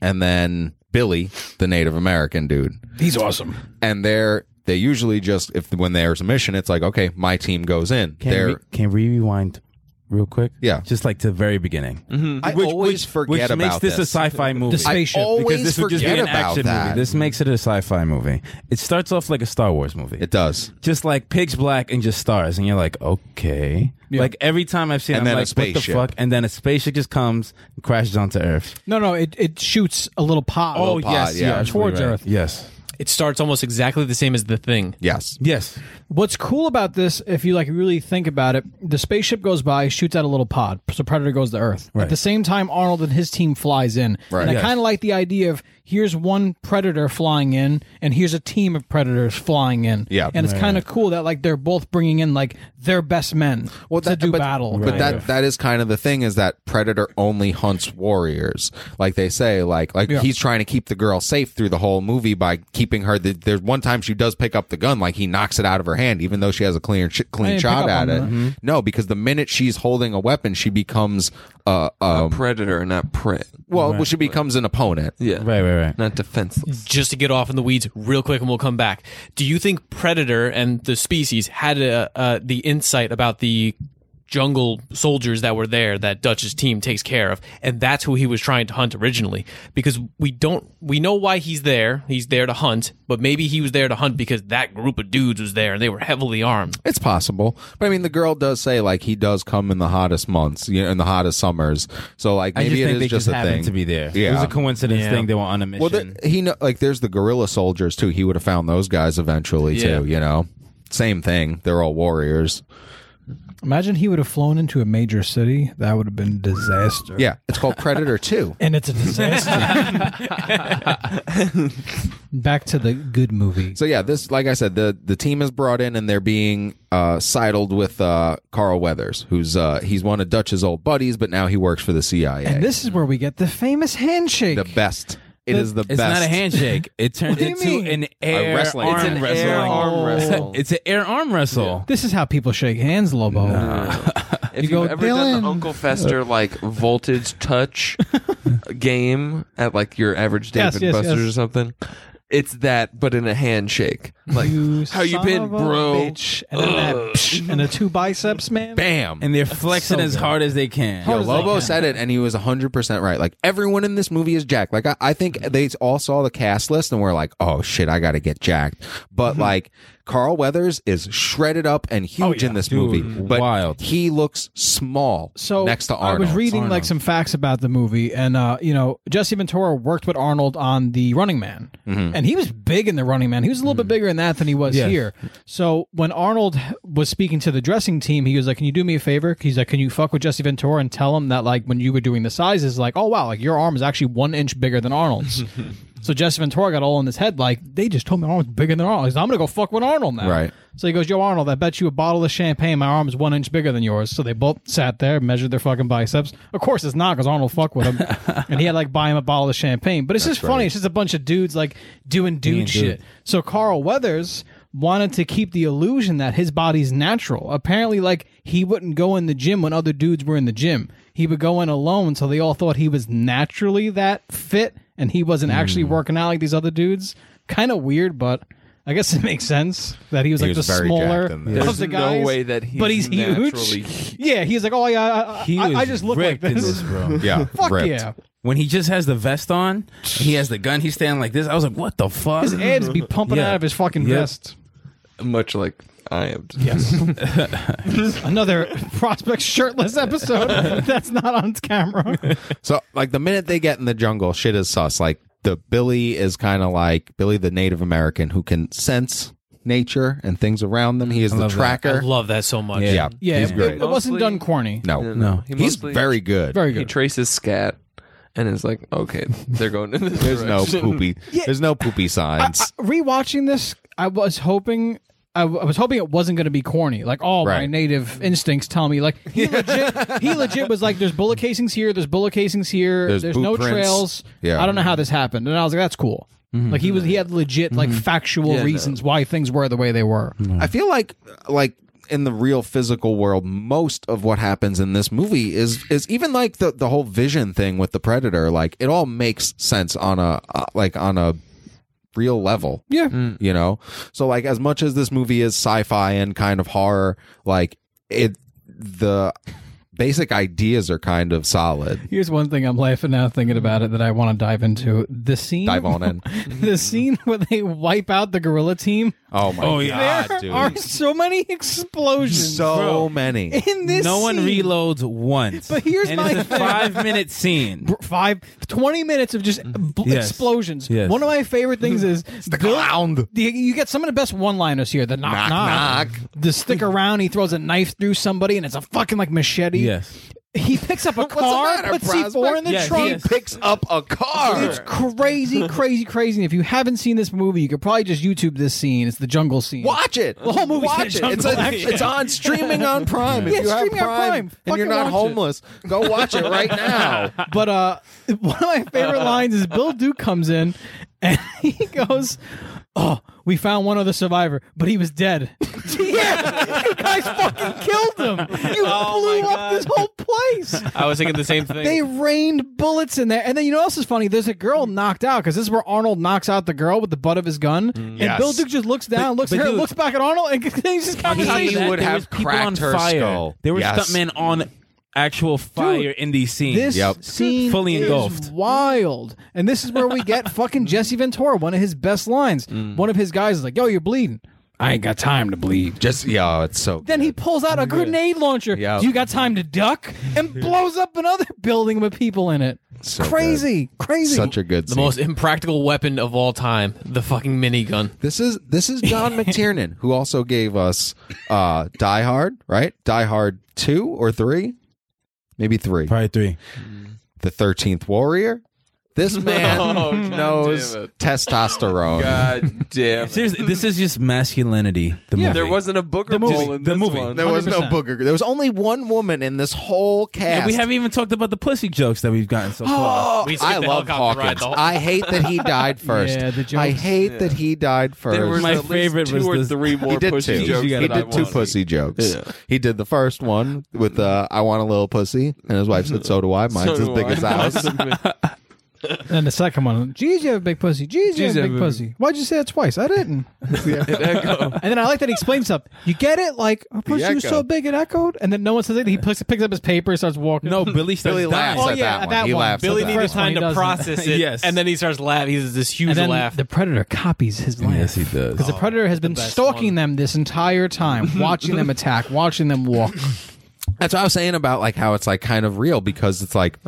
[SPEAKER 5] And then Billy, the Native American dude.
[SPEAKER 2] he's awesome.
[SPEAKER 5] And they're they usually just if when there's a mission, it's like okay, my team goes in.
[SPEAKER 3] Can
[SPEAKER 5] they're
[SPEAKER 3] we, can we rewind real quick?
[SPEAKER 5] Yeah.
[SPEAKER 3] Just like to the very beginning.
[SPEAKER 5] I always forget
[SPEAKER 3] Which
[SPEAKER 5] about
[SPEAKER 3] makes Mm-hmm. this,
[SPEAKER 5] this.
[SPEAKER 3] a sci-fi movie.
[SPEAKER 2] The spaceship.
[SPEAKER 5] I always
[SPEAKER 3] because this would just be
[SPEAKER 5] forget
[SPEAKER 3] an
[SPEAKER 5] about
[SPEAKER 3] action
[SPEAKER 5] that.
[SPEAKER 3] movie. This makes it a sci-fi movie. It starts off like a Star Wars movie.
[SPEAKER 5] It does.
[SPEAKER 3] just like pigs black and just stars and you're like okay like every time i've seen it,
[SPEAKER 5] And
[SPEAKER 3] i'm
[SPEAKER 5] then a
[SPEAKER 3] like what the
[SPEAKER 5] spaceship.
[SPEAKER 3] fuck and then a spaceship just comes and crashes onto earth
[SPEAKER 2] No, no, it, it shoots a little pod.
[SPEAKER 5] pod, yes, yeah. yeah,
[SPEAKER 2] Oh, towards Earth.
[SPEAKER 3] yes
[SPEAKER 6] It starts almost exactly the same as the thing.
[SPEAKER 5] Yes.
[SPEAKER 3] yes
[SPEAKER 2] What's cool about this, if you like really think about it, the spaceship goes by, shoots out a little pod, so Predator goes to Earth.
[SPEAKER 3] Right.
[SPEAKER 2] At the same time, Arnold and his team flies in,
[SPEAKER 5] Right.
[SPEAKER 2] and I
[SPEAKER 5] Yes.
[SPEAKER 2] kind of like the idea of here's one Predator flying in, and here's a team of Predators flying in.
[SPEAKER 5] Yeah.
[SPEAKER 2] and it's kind of cool that like they're both bringing in like their best men to do
[SPEAKER 5] but,
[SPEAKER 2] battle.
[SPEAKER 5] But
[SPEAKER 2] kind
[SPEAKER 5] that
[SPEAKER 2] of.
[SPEAKER 5] that is kind of the thing is that predator only hunts warriors. Like they say, like like he's trying to keep the girl safe through the whole movie by keeping her. The, there's one time she does pick up the gun, like he knocks it out of her hand, even though she has a clean sh- clean
[SPEAKER 2] didn't pick
[SPEAKER 5] shot
[SPEAKER 2] up
[SPEAKER 5] at
[SPEAKER 2] on
[SPEAKER 5] it.
[SPEAKER 2] that.
[SPEAKER 3] Mm-hmm.
[SPEAKER 5] No, because the minute she's holding a weapon, she becomes uh, um,
[SPEAKER 1] Predator, not print.
[SPEAKER 5] well, she becomes an opponent.
[SPEAKER 1] Yeah,
[SPEAKER 3] right right right
[SPEAKER 1] Not defenseless.
[SPEAKER 6] Just to get off in the weeds real quick, and we'll come back. Do you think Predator and the species had uh uh, the insight about the jungle soldiers that were there that Dutch's team takes care of, and that's who he was trying to hunt originally? Because we don't, we know why he's there. He's there to hunt, but maybe he was there to hunt because that group of dudes was there and they were heavily armed.
[SPEAKER 5] It's possible, but I mean, the girl does say like he does come in the hottest months, you know, in the hottest summers. So like
[SPEAKER 3] i just
[SPEAKER 5] maybe
[SPEAKER 3] think
[SPEAKER 5] it
[SPEAKER 3] they
[SPEAKER 5] is just
[SPEAKER 3] just
[SPEAKER 5] a
[SPEAKER 3] happened
[SPEAKER 5] thing
[SPEAKER 3] to be there it
[SPEAKER 5] Yeah.
[SPEAKER 3] was a coincidence
[SPEAKER 6] Yeah.
[SPEAKER 3] thing they were on a mission
[SPEAKER 5] Well, the, he know like there's the guerrilla soldiers too. He would have found those guys eventually
[SPEAKER 6] Yeah.
[SPEAKER 5] too. You know, same thing. They're all warriors.
[SPEAKER 2] Imagine he would have flown into a major city. That would have been disaster.
[SPEAKER 5] Yeah, it's called Predator Two.
[SPEAKER 2] And it's a disaster. Back to the good movie.
[SPEAKER 5] So yeah, this like I said, the the team is brought in and they're being uh, sidled with uh, Carl Weathers, who's uh, he's one of Dutch's old buddies, but now he works for the CIA.
[SPEAKER 2] And this is where we get the famous handshake.
[SPEAKER 5] the best. It is the
[SPEAKER 3] it's not
[SPEAKER 5] best.
[SPEAKER 3] a handshake it turned
[SPEAKER 2] do you
[SPEAKER 3] into
[SPEAKER 2] mean?
[SPEAKER 3] an air
[SPEAKER 5] wrestling.
[SPEAKER 3] arm
[SPEAKER 5] It's an
[SPEAKER 3] wrestle
[SPEAKER 1] Air arm wrestle.
[SPEAKER 3] it's an air arm wrestle
[SPEAKER 2] This is how people shake hands, Lobo.
[SPEAKER 1] If
[SPEAKER 2] You go,
[SPEAKER 1] have ever
[SPEAKER 2] "Dylan."
[SPEAKER 1] done the Uncle Fester like voltage touch game at like your average Dave
[SPEAKER 2] Yes,
[SPEAKER 1] and
[SPEAKER 2] yes,
[SPEAKER 1] Buster's
[SPEAKER 2] yes.
[SPEAKER 1] or something, it's that but in a handshake. Like how you
[SPEAKER 2] son
[SPEAKER 1] been,
[SPEAKER 2] of a
[SPEAKER 1] bro?
[SPEAKER 2] Bitch. And then that psh, and the two biceps, man.
[SPEAKER 5] Bam.
[SPEAKER 3] and they're flexing
[SPEAKER 2] so
[SPEAKER 3] as
[SPEAKER 2] good.
[SPEAKER 3] hard as they can
[SPEAKER 5] Yo, Lobo said it, and he was hundred percent right. Like everyone in this movie is jacked. Like I, I think they all saw the cast list and were like, "Oh shit, I got to get jacked." But like Carl Weathers is shredded up and huge in this
[SPEAKER 3] Dude,
[SPEAKER 5] movie, but
[SPEAKER 3] wild.
[SPEAKER 5] he looks small.
[SPEAKER 2] So
[SPEAKER 5] next to Arnold,
[SPEAKER 2] I was reading
[SPEAKER 3] Arnold.
[SPEAKER 2] like some facts about the movie, and uh, you know Jesse Ventura worked with Arnold on the Running Man,
[SPEAKER 5] Mm-hmm.
[SPEAKER 2] and he was big in the Running Man. He was a little bit bigger in that than he was
[SPEAKER 3] Yes.
[SPEAKER 2] here. So when Arnold was speaking to the dressing team, he was like, "Can you do me a favor?" He's like, "Can you fuck with Jesse Ventura and tell him that like when you were doing the sizes, like oh wow, like your arm is actually one inch bigger than Arnold's." so Jesse Ventura got all in his head like they just told me my arm's bigger than Arnold. He's like, I'm gonna go fuck with Arnold now.
[SPEAKER 5] Right.
[SPEAKER 2] So he goes, Yo, Arnold, I bet you a bottle of champagne my arm is one inch bigger than yours. So they both sat there, measured their fucking biceps. Of course, it's not because Arnold fucked with him. and he had like buy him a bottle of champagne. But it's just funny. It's just a bunch of dudes like doing dude shit. So Carl Weathers wanted to keep the illusion that his body's natural. Apparently, like he wouldn't go in the gym when other dudes were in the gym. He would go in alone, so they all thought he was naturally that fit, and he wasn't actually working out like these other dudes. Kind of weird, but I guess it makes sense that he was like
[SPEAKER 5] was
[SPEAKER 2] the
[SPEAKER 5] very
[SPEAKER 2] smaller
[SPEAKER 5] jacked in this.
[SPEAKER 2] of
[SPEAKER 1] There's
[SPEAKER 2] the
[SPEAKER 1] no
[SPEAKER 2] guys.
[SPEAKER 1] way that he's
[SPEAKER 2] but he's
[SPEAKER 1] naturally
[SPEAKER 2] huge. Yeah, he's like, oh yeah, I, I,
[SPEAKER 3] He
[SPEAKER 2] I-
[SPEAKER 3] was
[SPEAKER 2] I just look like
[SPEAKER 3] ripped in
[SPEAKER 2] this.
[SPEAKER 3] this, bro.
[SPEAKER 5] Yeah,
[SPEAKER 2] Fuck
[SPEAKER 5] ripped.
[SPEAKER 2] yeah.
[SPEAKER 3] when he just has the vest on, he has the gun, he's standing like this. I was like, what the fuck?
[SPEAKER 2] His abs be pumping
[SPEAKER 3] Yeah.
[SPEAKER 2] out of his fucking
[SPEAKER 3] Yep.
[SPEAKER 2] vest.
[SPEAKER 1] much like I am. Yes.
[SPEAKER 2] Another prospect shirtless episode that's not on camera.
[SPEAKER 5] So like the minute they get in the jungle, shit is sus. Like the Billy is kind of like Billy the Native American who can sense nature and things around them. He is the
[SPEAKER 3] love that.
[SPEAKER 5] tracker.
[SPEAKER 6] I love that so much.
[SPEAKER 5] yeah.
[SPEAKER 2] Yeah,
[SPEAKER 5] he's
[SPEAKER 2] it,
[SPEAKER 5] great.
[SPEAKER 2] it wasn't
[SPEAKER 1] Mostly-
[SPEAKER 2] done corny.
[SPEAKER 5] no,
[SPEAKER 3] No.
[SPEAKER 1] He
[SPEAKER 5] he's
[SPEAKER 1] mostly-
[SPEAKER 5] very good.
[SPEAKER 2] Very
[SPEAKER 1] He
[SPEAKER 2] good.
[SPEAKER 1] traces scat and is like, okay, they're going in this
[SPEAKER 5] There's no poopy. There's no poopy signs.
[SPEAKER 2] Rewatching this, I was hoping. I, w- I was hoping it wasn't going to be corny. Like, oh, my
[SPEAKER 5] Right.
[SPEAKER 2] native instincts tell me. Like, he legit, he legit was like, "There's bullet casings here. There's bullet casings here.
[SPEAKER 5] There's
[SPEAKER 2] There's, no
[SPEAKER 5] boot prints."
[SPEAKER 2] trails.
[SPEAKER 5] Yeah.
[SPEAKER 2] I don't know how this happened." And I was like, "That's cool." Like he was, he had legit like factual
[SPEAKER 1] no.
[SPEAKER 2] reasons why things were the way they were.
[SPEAKER 5] I feel like like in the real physical world, most of what happens in this movie is is even like the the whole vision thing with the predator. Like it all makes sense on a uh, like on a real level.
[SPEAKER 2] Yeah.
[SPEAKER 5] you know. So like as much as this movie is sci-fi and kind of horror, like it the basic ideas are kind of solid.
[SPEAKER 2] Here's one thing I'm laughing now thinking about it that I want to dive into. The scene
[SPEAKER 5] Dive on in.
[SPEAKER 2] the scene where they wipe out the gorilla team.
[SPEAKER 5] Oh my
[SPEAKER 3] Oh, yeah.
[SPEAKER 5] god,
[SPEAKER 2] there
[SPEAKER 5] dude.
[SPEAKER 2] are so many explosions
[SPEAKER 5] so
[SPEAKER 3] Bro.
[SPEAKER 5] many.
[SPEAKER 2] in this
[SPEAKER 3] no one
[SPEAKER 2] scene.
[SPEAKER 3] reloads once.
[SPEAKER 2] But here's
[SPEAKER 3] and
[SPEAKER 2] my
[SPEAKER 3] it's a
[SPEAKER 2] thing.
[SPEAKER 3] five minute scene.
[SPEAKER 2] Five, 20 minutes of just
[SPEAKER 5] Mm.
[SPEAKER 2] bl-
[SPEAKER 3] Yes.
[SPEAKER 2] explosions.
[SPEAKER 3] Yes.
[SPEAKER 2] One of my favorite things is the
[SPEAKER 5] clown.
[SPEAKER 2] You, you get some of the best one-liners here. The knock,
[SPEAKER 5] Knock,
[SPEAKER 2] knock,
[SPEAKER 5] knock.
[SPEAKER 2] The stick around. He throws a knife through somebody, and it's a fucking like machete.
[SPEAKER 3] Yes.
[SPEAKER 2] He picks up a
[SPEAKER 5] the
[SPEAKER 2] car,
[SPEAKER 5] matter,
[SPEAKER 2] puts C4 in the
[SPEAKER 3] Yes,
[SPEAKER 2] trunk,
[SPEAKER 3] yes.
[SPEAKER 5] Picks up a car.
[SPEAKER 2] It's crazy, crazy, crazy. And if you haven't seen this movie, you could probably just YouTube this scene. It's the jungle scene.
[SPEAKER 5] Watch it. The
[SPEAKER 2] whole movie's in
[SPEAKER 5] Watch
[SPEAKER 2] the
[SPEAKER 5] it.
[SPEAKER 2] jungle,
[SPEAKER 5] It's, on-
[SPEAKER 2] actually.
[SPEAKER 5] it's on streaming on Prime. If
[SPEAKER 2] Yeah,
[SPEAKER 5] you have
[SPEAKER 2] streaming on Prime.
[SPEAKER 5] Prime and you're
[SPEAKER 2] Fucking
[SPEAKER 5] not
[SPEAKER 2] watch it.
[SPEAKER 5] homeless, go watch it right now.
[SPEAKER 2] But uh, one of my favorite lines is Bill Duke comes in and he goes, "Oh, we found one other survivor, but he was dead. yeah, you guys fucking killed him. You
[SPEAKER 6] Oh,
[SPEAKER 2] blew
[SPEAKER 6] my
[SPEAKER 2] up this whole place."
[SPEAKER 6] I was thinking the same thing.
[SPEAKER 2] They rained bullets in there, and then you know what else is funny? There's a girl knocked out because this is where Arnold knocks out the girl with the butt of his gun, and
[SPEAKER 5] Yes.
[SPEAKER 2] Bill Duke just looks down, looks
[SPEAKER 3] Mm. but
[SPEAKER 2] at her,
[SPEAKER 3] dude-
[SPEAKER 2] looks back at Arnold, and continues his
[SPEAKER 3] On top of
[SPEAKER 2] conversation.
[SPEAKER 3] that,
[SPEAKER 5] would
[SPEAKER 3] there
[SPEAKER 5] have
[SPEAKER 3] was people
[SPEAKER 5] cracked
[SPEAKER 3] on
[SPEAKER 5] her
[SPEAKER 3] fire.
[SPEAKER 5] skull.
[SPEAKER 3] There were
[SPEAKER 5] Yes.
[SPEAKER 3] stuntmen on actual fire in these scenes.
[SPEAKER 2] This
[SPEAKER 5] Yep.
[SPEAKER 2] scene
[SPEAKER 3] Fully
[SPEAKER 2] is
[SPEAKER 3] engulfed.
[SPEAKER 2] wild, and this is where we get fucking Jesse Ventura, one of his best lines. One of his guys is like, "Yo, you're bleeding." I ain't got time to bleed.
[SPEAKER 5] Just yeah, it's so.
[SPEAKER 2] Then he pulls out a grenade launcher.
[SPEAKER 5] Yep.
[SPEAKER 2] Do you got time to duck? And blows up another building with people in it.
[SPEAKER 5] So
[SPEAKER 2] crazy, crazy.
[SPEAKER 5] such a good.
[SPEAKER 6] the
[SPEAKER 5] scene.
[SPEAKER 6] most impractical weapon of all time, the fucking minigun.
[SPEAKER 5] This is this is John McTiernan who also gave us uh Die Hard, right? Die Hard two or three, maybe three.
[SPEAKER 3] Probably three.
[SPEAKER 5] The Thirteenth Warrior. This man
[SPEAKER 1] Oh, God
[SPEAKER 5] knows
[SPEAKER 1] damn it.
[SPEAKER 5] testosterone.
[SPEAKER 1] God damn. it.
[SPEAKER 3] Seriously, this is just masculinity. The movie.
[SPEAKER 1] There wasn't a booger
[SPEAKER 3] The movie.
[SPEAKER 1] bowl in
[SPEAKER 3] The
[SPEAKER 1] this
[SPEAKER 3] movie.
[SPEAKER 1] one.
[SPEAKER 5] There was no
[SPEAKER 3] 100%.
[SPEAKER 5] booger. There was only one woman in this whole
[SPEAKER 3] And
[SPEAKER 5] cast.
[SPEAKER 3] we haven't even talked about the pussy jokes that we've gotten so far.
[SPEAKER 5] Oh,
[SPEAKER 6] We skipped
[SPEAKER 5] I
[SPEAKER 6] the
[SPEAKER 5] love
[SPEAKER 6] helicopter
[SPEAKER 5] Hawkins.
[SPEAKER 6] ride, though.
[SPEAKER 5] I hate that he died first.
[SPEAKER 2] Yeah, the jokes.
[SPEAKER 5] I hate that he died first.
[SPEAKER 1] There was
[SPEAKER 3] My
[SPEAKER 1] at least
[SPEAKER 3] favorite
[SPEAKER 1] two
[SPEAKER 3] was
[SPEAKER 1] or
[SPEAKER 3] this-
[SPEAKER 1] three more
[SPEAKER 5] he did
[SPEAKER 1] pussy
[SPEAKER 5] two.
[SPEAKER 1] jokes.
[SPEAKER 5] He
[SPEAKER 3] You gotta
[SPEAKER 1] that I
[SPEAKER 5] did two
[SPEAKER 1] wanted.
[SPEAKER 5] pussy jokes.
[SPEAKER 1] Yeah.
[SPEAKER 5] He did the first one with uh, "I want a little pussy," and his wife said, "So do I." Mine's
[SPEAKER 1] So
[SPEAKER 5] as
[SPEAKER 1] do
[SPEAKER 5] big
[SPEAKER 1] I.
[SPEAKER 5] as ours.
[SPEAKER 2] And the second one, geez, you have a big pussy. Geez, you have a big pussy. Why'd you say that twice? I didn't. And then I like that he explains stuff. You get it? Like, a pussy was
[SPEAKER 5] echo.
[SPEAKER 2] so big it echoed? And then no one says it. He picks, picks up his paper and starts walking.
[SPEAKER 3] No, Oh, Billy starts
[SPEAKER 5] Billy laughs
[SPEAKER 3] dying.
[SPEAKER 2] Oh,
[SPEAKER 5] at
[SPEAKER 2] yeah,
[SPEAKER 5] that one.
[SPEAKER 2] that
[SPEAKER 5] He
[SPEAKER 2] one.
[SPEAKER 5] laughs
[SPEAKER 6] Billy
[SPEAKER 5] at that
[SPEAKER 2] needed
[SPEAKER 5] one.
[SPEAKER 6] needs
[SPEAKER 2] first one,
[SPEAKER 6] time
[SPEAKER 2] he
[SPEAKER 6] to
[SPEAKER 2] doesn't.
[SPEAKER 6] process it,
[SPEAKER 3] Yes.
[SPEAKER 6] and then he starts laughing. He's this huge
[SPEAKER 2] And then
[SPEAKER 6] laugh.
[SPEAKER 2] the predator copies his laugh.
[SPEAKER 3] Yes, he does.
[SPEAKER 2] The predator has been stalking them this entire time, watching them attack, watching them walk.
[SPEAKER 5] That's what I was saying about like how it's like kind of real because it's like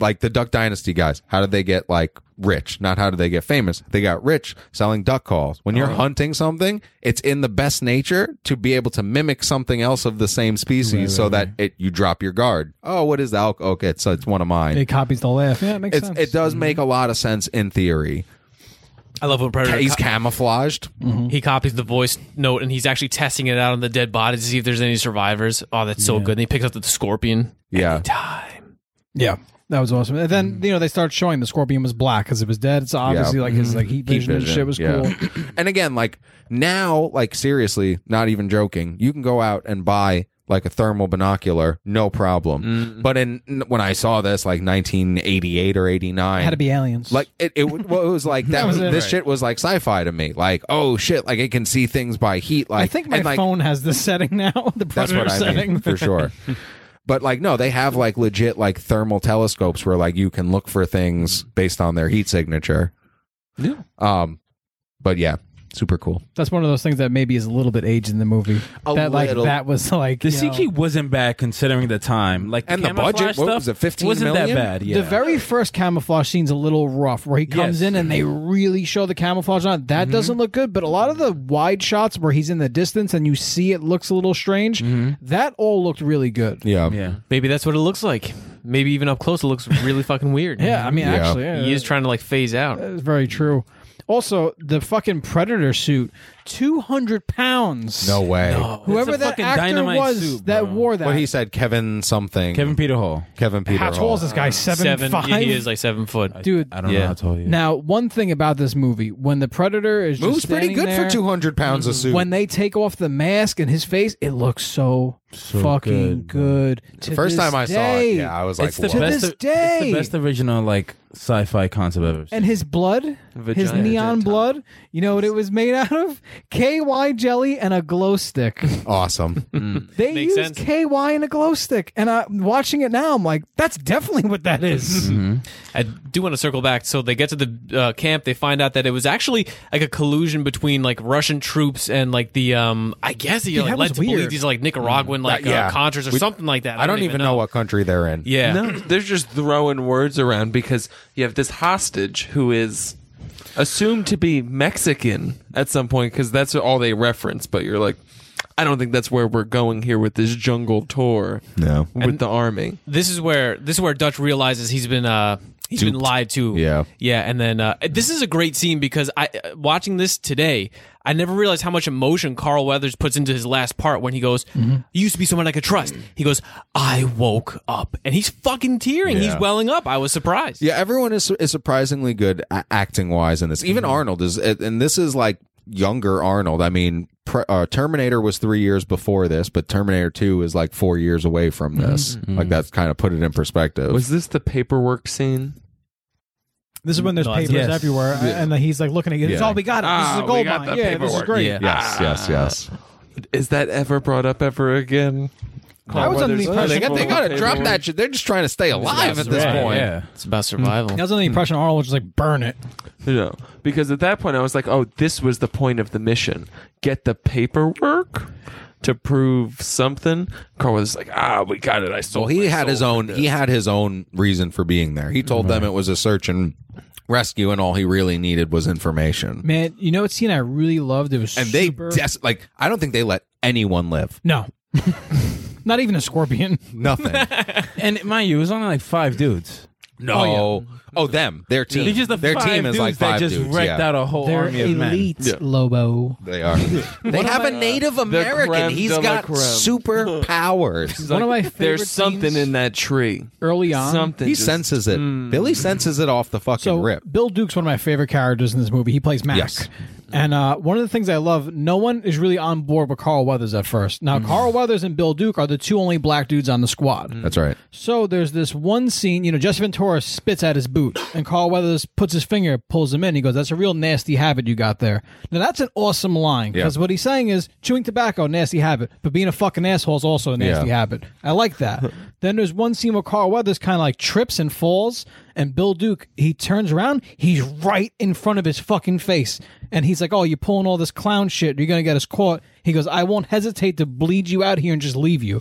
[SPEAKER 5] like the Duck Dynasty guys. How did they get like rich? Not how did they get famous? They got rich selling duck calls. When you're hunting something, it's in the best nature to be able to mimic something else of the same species so that it you drop your guard. Oh, what is the elk? Okay, it's it's one of mine.
[SPEAKER 2] It copies the laugh. Yeah, it makes
[SPEAKER 5] it's,
[SPEAKER 2] sense.
[SPEAKER 5] it does make a lot of sense in theory.
[SPEAKER 6] I love when predator.
[SPEAKER 5] He's camouflaged.
[SPEAKER 6] He copies the voice note and he's actually testing it out on the dead body to see if there's any survivors. Oh, that's so good. And he picks up the scorpion.
[SPEAKER 5] Yeah. Mm.
[SPEAKER 6] Time.
[SPEAKER 2] yeah. That was awesome. And then you know they start showing the scorpion was black because it was dead. It's obviously like his like heat vision, and
[SPEAKER 5] Mm. vision,
[SPEAKER 2] shit was
[SPEAKER 5] yeah.
[SPEAKER 2] cool.
[SPEAKER 5] And again, like now, like seriously, not even joking, you can go out and buy like a thermal binocular, no problem.
[SPEAKER 2] Mm.
[SPEAKER 5] But in when I saw this, like 1988 or 89,
[SPEAKER 2] Had to be aliens.
[SPEAKER 5] like it, it, w- well, it was like that.
[SPEAKER 2] was it.
[SPEAKER 5] this shit was like sci-fi to me. Like, oh shit, like it can see things by heat. Like,
[SPEAKER 2] I think my
[SPEAKER 5] and, like,
[SPEAKER 2] phone has this setting now. The
[SPEAKER 5] that's
[SPEAKER 2] predator
[SPEAKER 5] what I
[SPEAKER 2] setting.
[SPEAKER 5] mean for sure. But like, no, they have like legit like thermal telescopes where like you can look for things based on their heat signature.
[SPEAKER 1] Yeah.
[SPEAKER 5] Um, but yeah, super cool.
[SPEAKER 2] That's one of those things that maybe is a little bit aged in the movie.
[SPEAKER 5] A
[SPEAKER 2] that like
[SPEAKER 5] little.
[SPEAKER 2] that was like
[SPEAKER 3] The
[SPEAKER 2] you know-
[SPEAKER 3] CG wasn't bad considering the time. Like
[SPEAKER 5] And the
[SPEAKER 3] camouflage
[SPEAKER 5] budget, what
[SPEAKER 3] stuff
[SPEAKER 5] was it, 15
[SPEAKER 3] Wasn't
[SPEAKER 5] million?
[SPEAKER 3] that bad? Yeah.
[SPEAKER 2] The very first camouflage scene's a little rough, where he comes
[SPEAKER 3] Yes.
[SPEAKER 2] in and they really show the camouflage on. it.
[SPEAKER 5] Mm-hmm.
[SPEAKER 2] That doesn't look good, but a lot of the wide shots where he's in the distance and you see it looks a little strange. That all looked really good.
[SPEAKER 5] Mm-hmm. Yeah.
[SPEAKER 3] yeah.
[SPEAKER 6] Maybe that's what it looks like. Maybe even up close, it looks really fucking weird.
[SPEAKER 2] Yeah, I mean, uh,
[SPEAKER 5] Yeah.
[SPEAKER 2] actually, yeah,
[SPEAKER 6] he is trying to like phase out.
[SPEAKER 2] that's very true. Also, the fucking predator suit, two hundred pounds.
[SPEAKER 5] No way.
[SPEAKER 2] whoever
[SPEAKER 3] It's a
[SPEAKER 2] that
[SPEAKER 3] fucking
[SPEAKER 2] actor
[SPEAKER 3] dynamite
[SPEAKER 2] was
[SPEAKER 3] suit,
[SPEAKER 2] that
[SPEAKER 3] bro.
[SPEAKER 2] wore that.
[SPEAKER 5] What he said, Kevin something.
[SPEAKER 3] Kevin Peter Hall.
[SPEAKER 5] Kevin Peter
[SPEAKER 2] How tall
[SPEAKER 5] Hall.
[SPEAKER 2] is this guy? Seven,
[SPEAKER 6] seven.
[SPEAKER 2] five.
[SPEAKER 6] yeah, he is like seven foot.
[SPEAKER 2] Dude,
[SPEAKER 3] I don't know
[SPEAKER 6] Yeah.
[SPEAKER 3] how tall he is.
[SPEAKER 2] now one thing about this movie, when the predator is just
[SPEAKER 5] Moves pretty
[SPEAKER 2] standing
[SPEAKER 5] good
[SPEAKER 2] there,
[SPEAKER 5] for 200 pounds of suit.
[SPEAKER 2] when they take off the mask and his face, it looks so, fucking good.
[SPEAKER 3] good,
[SPEAKER 5] the first time I saw it, yeah, I was like,
[SPEAKER 3] it's the
[SPEAKER 5] "Whoa."
[SPEAKER 2] To
[SPEAKER 3] best.
[SPEAKER 2] this
[SPEAKER 3] of- it's
[SPEAKER 2] day.
[SPEAKER 3] the best original like sci-fi concept ever.
[SPEAKER 2] and his blood, his
[SPEAKER 1] Vagina
[SPEAKER 2] neon
[SPEAKER 1] dental.
[SPEAKER 2] blood, you know what it was made out of? KY jelly and a glow stick.
[SPEAKER 5] awesome.
[SPEAKER 2] They
[SPEAKER 6] Makes
[SPEAKER 2] used
[SPEAKER 6] sense.
[SPEAKER 2] KY and a glow stick. And I, watching it now, I'm like, that's definitely what that is.
[SPEAKER 5] Mm-hmm.
[SPEAKER 6] I do want to circle back. So they get to the uh, camp. They find out that it was actually like a collusion between like Russian troops and like the um. I guess he
[SPEAKER 2] Yeah,
[SPEAKER 6] like,
[SPEAKER 2] that
[SPEAKER 6] led
[SPEAKER 2] was
[SPEAKER 6] to believe
[SPEAKER 2] weird.
[SPEAKER 6] these are, like Nicaraguan like
[SPEAKER 5] Mm. That- yeah.
[SPEAKER 6] uh, contras or
[SPEAKER 5] We-
[SPEAKER 6] something like that.
[SPEAKER 5] I don't even know what country they're in.
[SPEAKER 6] Yeah.
[SPEAKER 1] No, they're just throwing words around because you have this hostage who is assumed to be Mexican at some point because that's all they reference. But you're like, I don't think that's where we're going here with this jungle tour
[SPEAKER 5] No.
[SPEAKER 1] with the army.
[SPEAKER 6] This is where this is where Dutch realizes he's been uh he's been lied to.
[SPEAKER 5] Yeah.
[SPEAKER 6] Yeah, and then uh, this is a great scene because I uh, watching this today, I never realized how much emotion Carl Weathers puts into his last part when he goes,
[SPEAKER 2] Mm-hmm.
[SPEAKER 6] "You used to be someone I could trust." He goes, "I woke up," and he's fucking tearing. He's
[SPEAKER 5] Yeah.
[SPEAKER 6] welling up. I was surprised.
[SPEAKER 5] Yeah, everyone is, is surprisingly good acting wise in this. Even Arnold is, and this is like younger Arnold. I mean, pre, uh, Terminator was three years before this, but Terminator 2 is like four years away from this. Like, that's kind of put it in perspective.
[SPEAKER 1] Was this the paperwork scene?
[SPEAKER 4] This is when there's
[SPEAKER 6] No, it's-
[SPEAKER 4] papers
[SPEAKER 6] yes.
[SPEAKER 4] everywhere, and he's like looking at it. It's
[SPEAKER 5] Yeah.
[SPEAKER 4] all we got. It.
[SPEAKER 1] Ah,
[SPEAKER 4] this is a
[SPEAKER 1] we
[SPEAKER 4] gold
[SPEAKER 1] got
[SPEAKER 4] mine.
[SPEAKER 1] the
[SPEAKER 4] Yeah, this is
[SPEAKER 1] paperwork.
[SPEAKER 4] great.
[SPEAKER 6] Yeah.
[SPEAKER 5] yes, yes, yes.
[SPEAKER 1] Is that ever brought up ever again?
[SPEAKER 2] I was under the
[SPEAKER 1] Well, there's-
[SPEAKER 5] They
[SPEAKER 2] impression
[SPEAKER 5] got, they got to drop that shit. They're just trying to stay alive at this
[SPEAKER 3] Right,
[SPEAKER 5] point.
[SPEAKER 3] Yeah.
[SPEAKER 6] It's about survival.
[SPEAKER 2] I was under the impression Arnold was just like, burn it.
[SPEAKER 1] You know, because at that point I was like, oh, this was the point of the mission. Get the paperwork to prove something. Carl was like, ah, we got it. I
[SPEAKER 5] Well,
[SPEAKER 1] sold
[SPEAKER 5] he
[SPEAKER 1] my
[SPEAKER 5] had
[SPEAKER 1] soul
[SPEAKER 5] his
[SPEAKER 1] for
[SPEAKER 5] own.
[SPEAKER 1] this."
[SPEAKER 5] He had his own reason for being there. He told them it was a search and rescue, and all he really needed was information.
[SPEAKER 2] Man, you know what scene I really loved? It was
[SPEAKER 5] And they
[SPEAKER 2] super-
[SPEAKER 5] des- like. I don't think they let anyone live.
[SPEAKER 2] No. Not even a scorpion.
[SPEAKER 5] Nothing.
[SPEAKER 3] And mind you, it was only like five dudes.
[SPEAKER 5] no. Oh, them. Their team.
[SPEAKER 3] It's just the
[SPEAKER 5] Their
[SPEAKER 3] five
[SPEAKER 5] team is
[SPEAKER 3] dudes
[SPEAKER 5] like
[SPEAKER 3] that
[SPEAKER 5] five
[SPEAKER 3] just
[SPEAKER 5] dudes.
[SPEAKER 3] wrecked
[SPEAKER 5] yeah.
[SPEAKER 3] out a whole army of men.
[SPEAKER 2] Lobo.
[SPEAKER 5] They are. they have a Native American.
[SPEAKER 1] creme
[SPEAKER 5] He's
[SPEAKER 1] de la
[SPEAKER 5] got
[SPEAKER 1] creme.
[SPEAKER 5] superpowers.
[SPEAKER 1] He's like,
[SPEAKER 2] One of my favorite
[SPEAKER 1] There's something
[SPEAKER 2] scenes-
[SPEAKER 1] in that tree.
[SPEAKER 2] Early on.
[SPEAKER 1] Something.
[SPEAKER 5] he
[SPEAKER 1] just-
[SPEAKER 5] senses it. Billy senses it off the fucking
[SPEAKER 2] so
[SPEAKER 5] rip.
[SPEAKER 2] Bill Duke's one of my favorite characters in this movie. He plays Mac.
[SPEAKER 5] Yes.
[SPEAKER 2] And uh, one of the things I love, no one is really on board with Carl Weathers at first. Now, Carl Weathers and Bill Duke are the two only black dudes on the squad.
[SPEAKER 5] That's right.
[SPEAKER 2] So there's this one scene, you know, Jesse Ventura spits at his boot, and Carl Weathers puts his finger, pulls him in. He goes, "That's a real nasty habit you got there." Now that's an awesome line because what he's saying is chewing tobacco, nasty habit, but being a fucking asshole is also a nasty
[SPEAKER 5] Yeah.
[SPEAKER 2] habit. I like that. then there's one scene where Carl Weathers kind of like trips and falls, and Bill Duke he turns around, he's right in front of his fucking face, and he's like, "Oh, you're pulling all this clown shit. You're gonna get us caught." He goes, "I won't hesitate to bleed you out here and just leave you."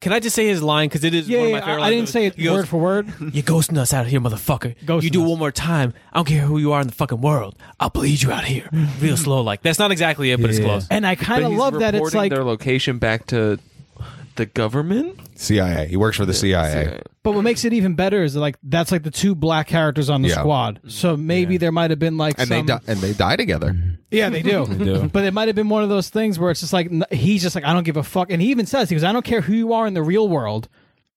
[SPEAKER 6] Can I just say his line because it is
[SPEAKER 2] Yeah,
[SPEAKER 6] one of
[SPEAKER 2] yeah
[SPEAKER 6] my favorite.
[SPEAKER 2] I, I
[SPEAKER 6] lines
[SPEAKER 2] didn't
[SPEAKER 6] of-
[SPEAKER 2] say it
[SPEAKER 6] He goes,
[SPEAKER 2] word for word.
[SPEAKER 6] You're ghosting us out here, motherfucker. you do it one more time. I don't care who you are in the fucking world. I'll bleed you out here, real slow. Like that's not exactly it, but it's close.
[SPEAKER 2] And I kind
[SPEAKER 1] But
[SPEAKER 2] of
[SPEAKER 1] he's
[SPEAKER 2] love that it's
[SPEAKER 1] reporting
[SPEAKER 2] like,
[SPEAKER 1] their location back to the government.
[SPEAKER 5] CIA. He works for the CIA.
[SPEAKER 2] but what makes it even better is like that's like the two black characters on the
[SPEAKER 5] Yeah.
[SPEAKER 2] squad. So maybe there might have been like
[SPEAKER 5] And they
[SPEAKER 2] some,
[SPEAKER 5] di- and they die together.
[SPEAKER 2] yeah they do.
[SPEAKER 3] do.
[SPEAKER 2] but it might have been one of those things where it's just like n- he's just like I don't give a fuck, and he even says he goes I don't care who you are in the real world.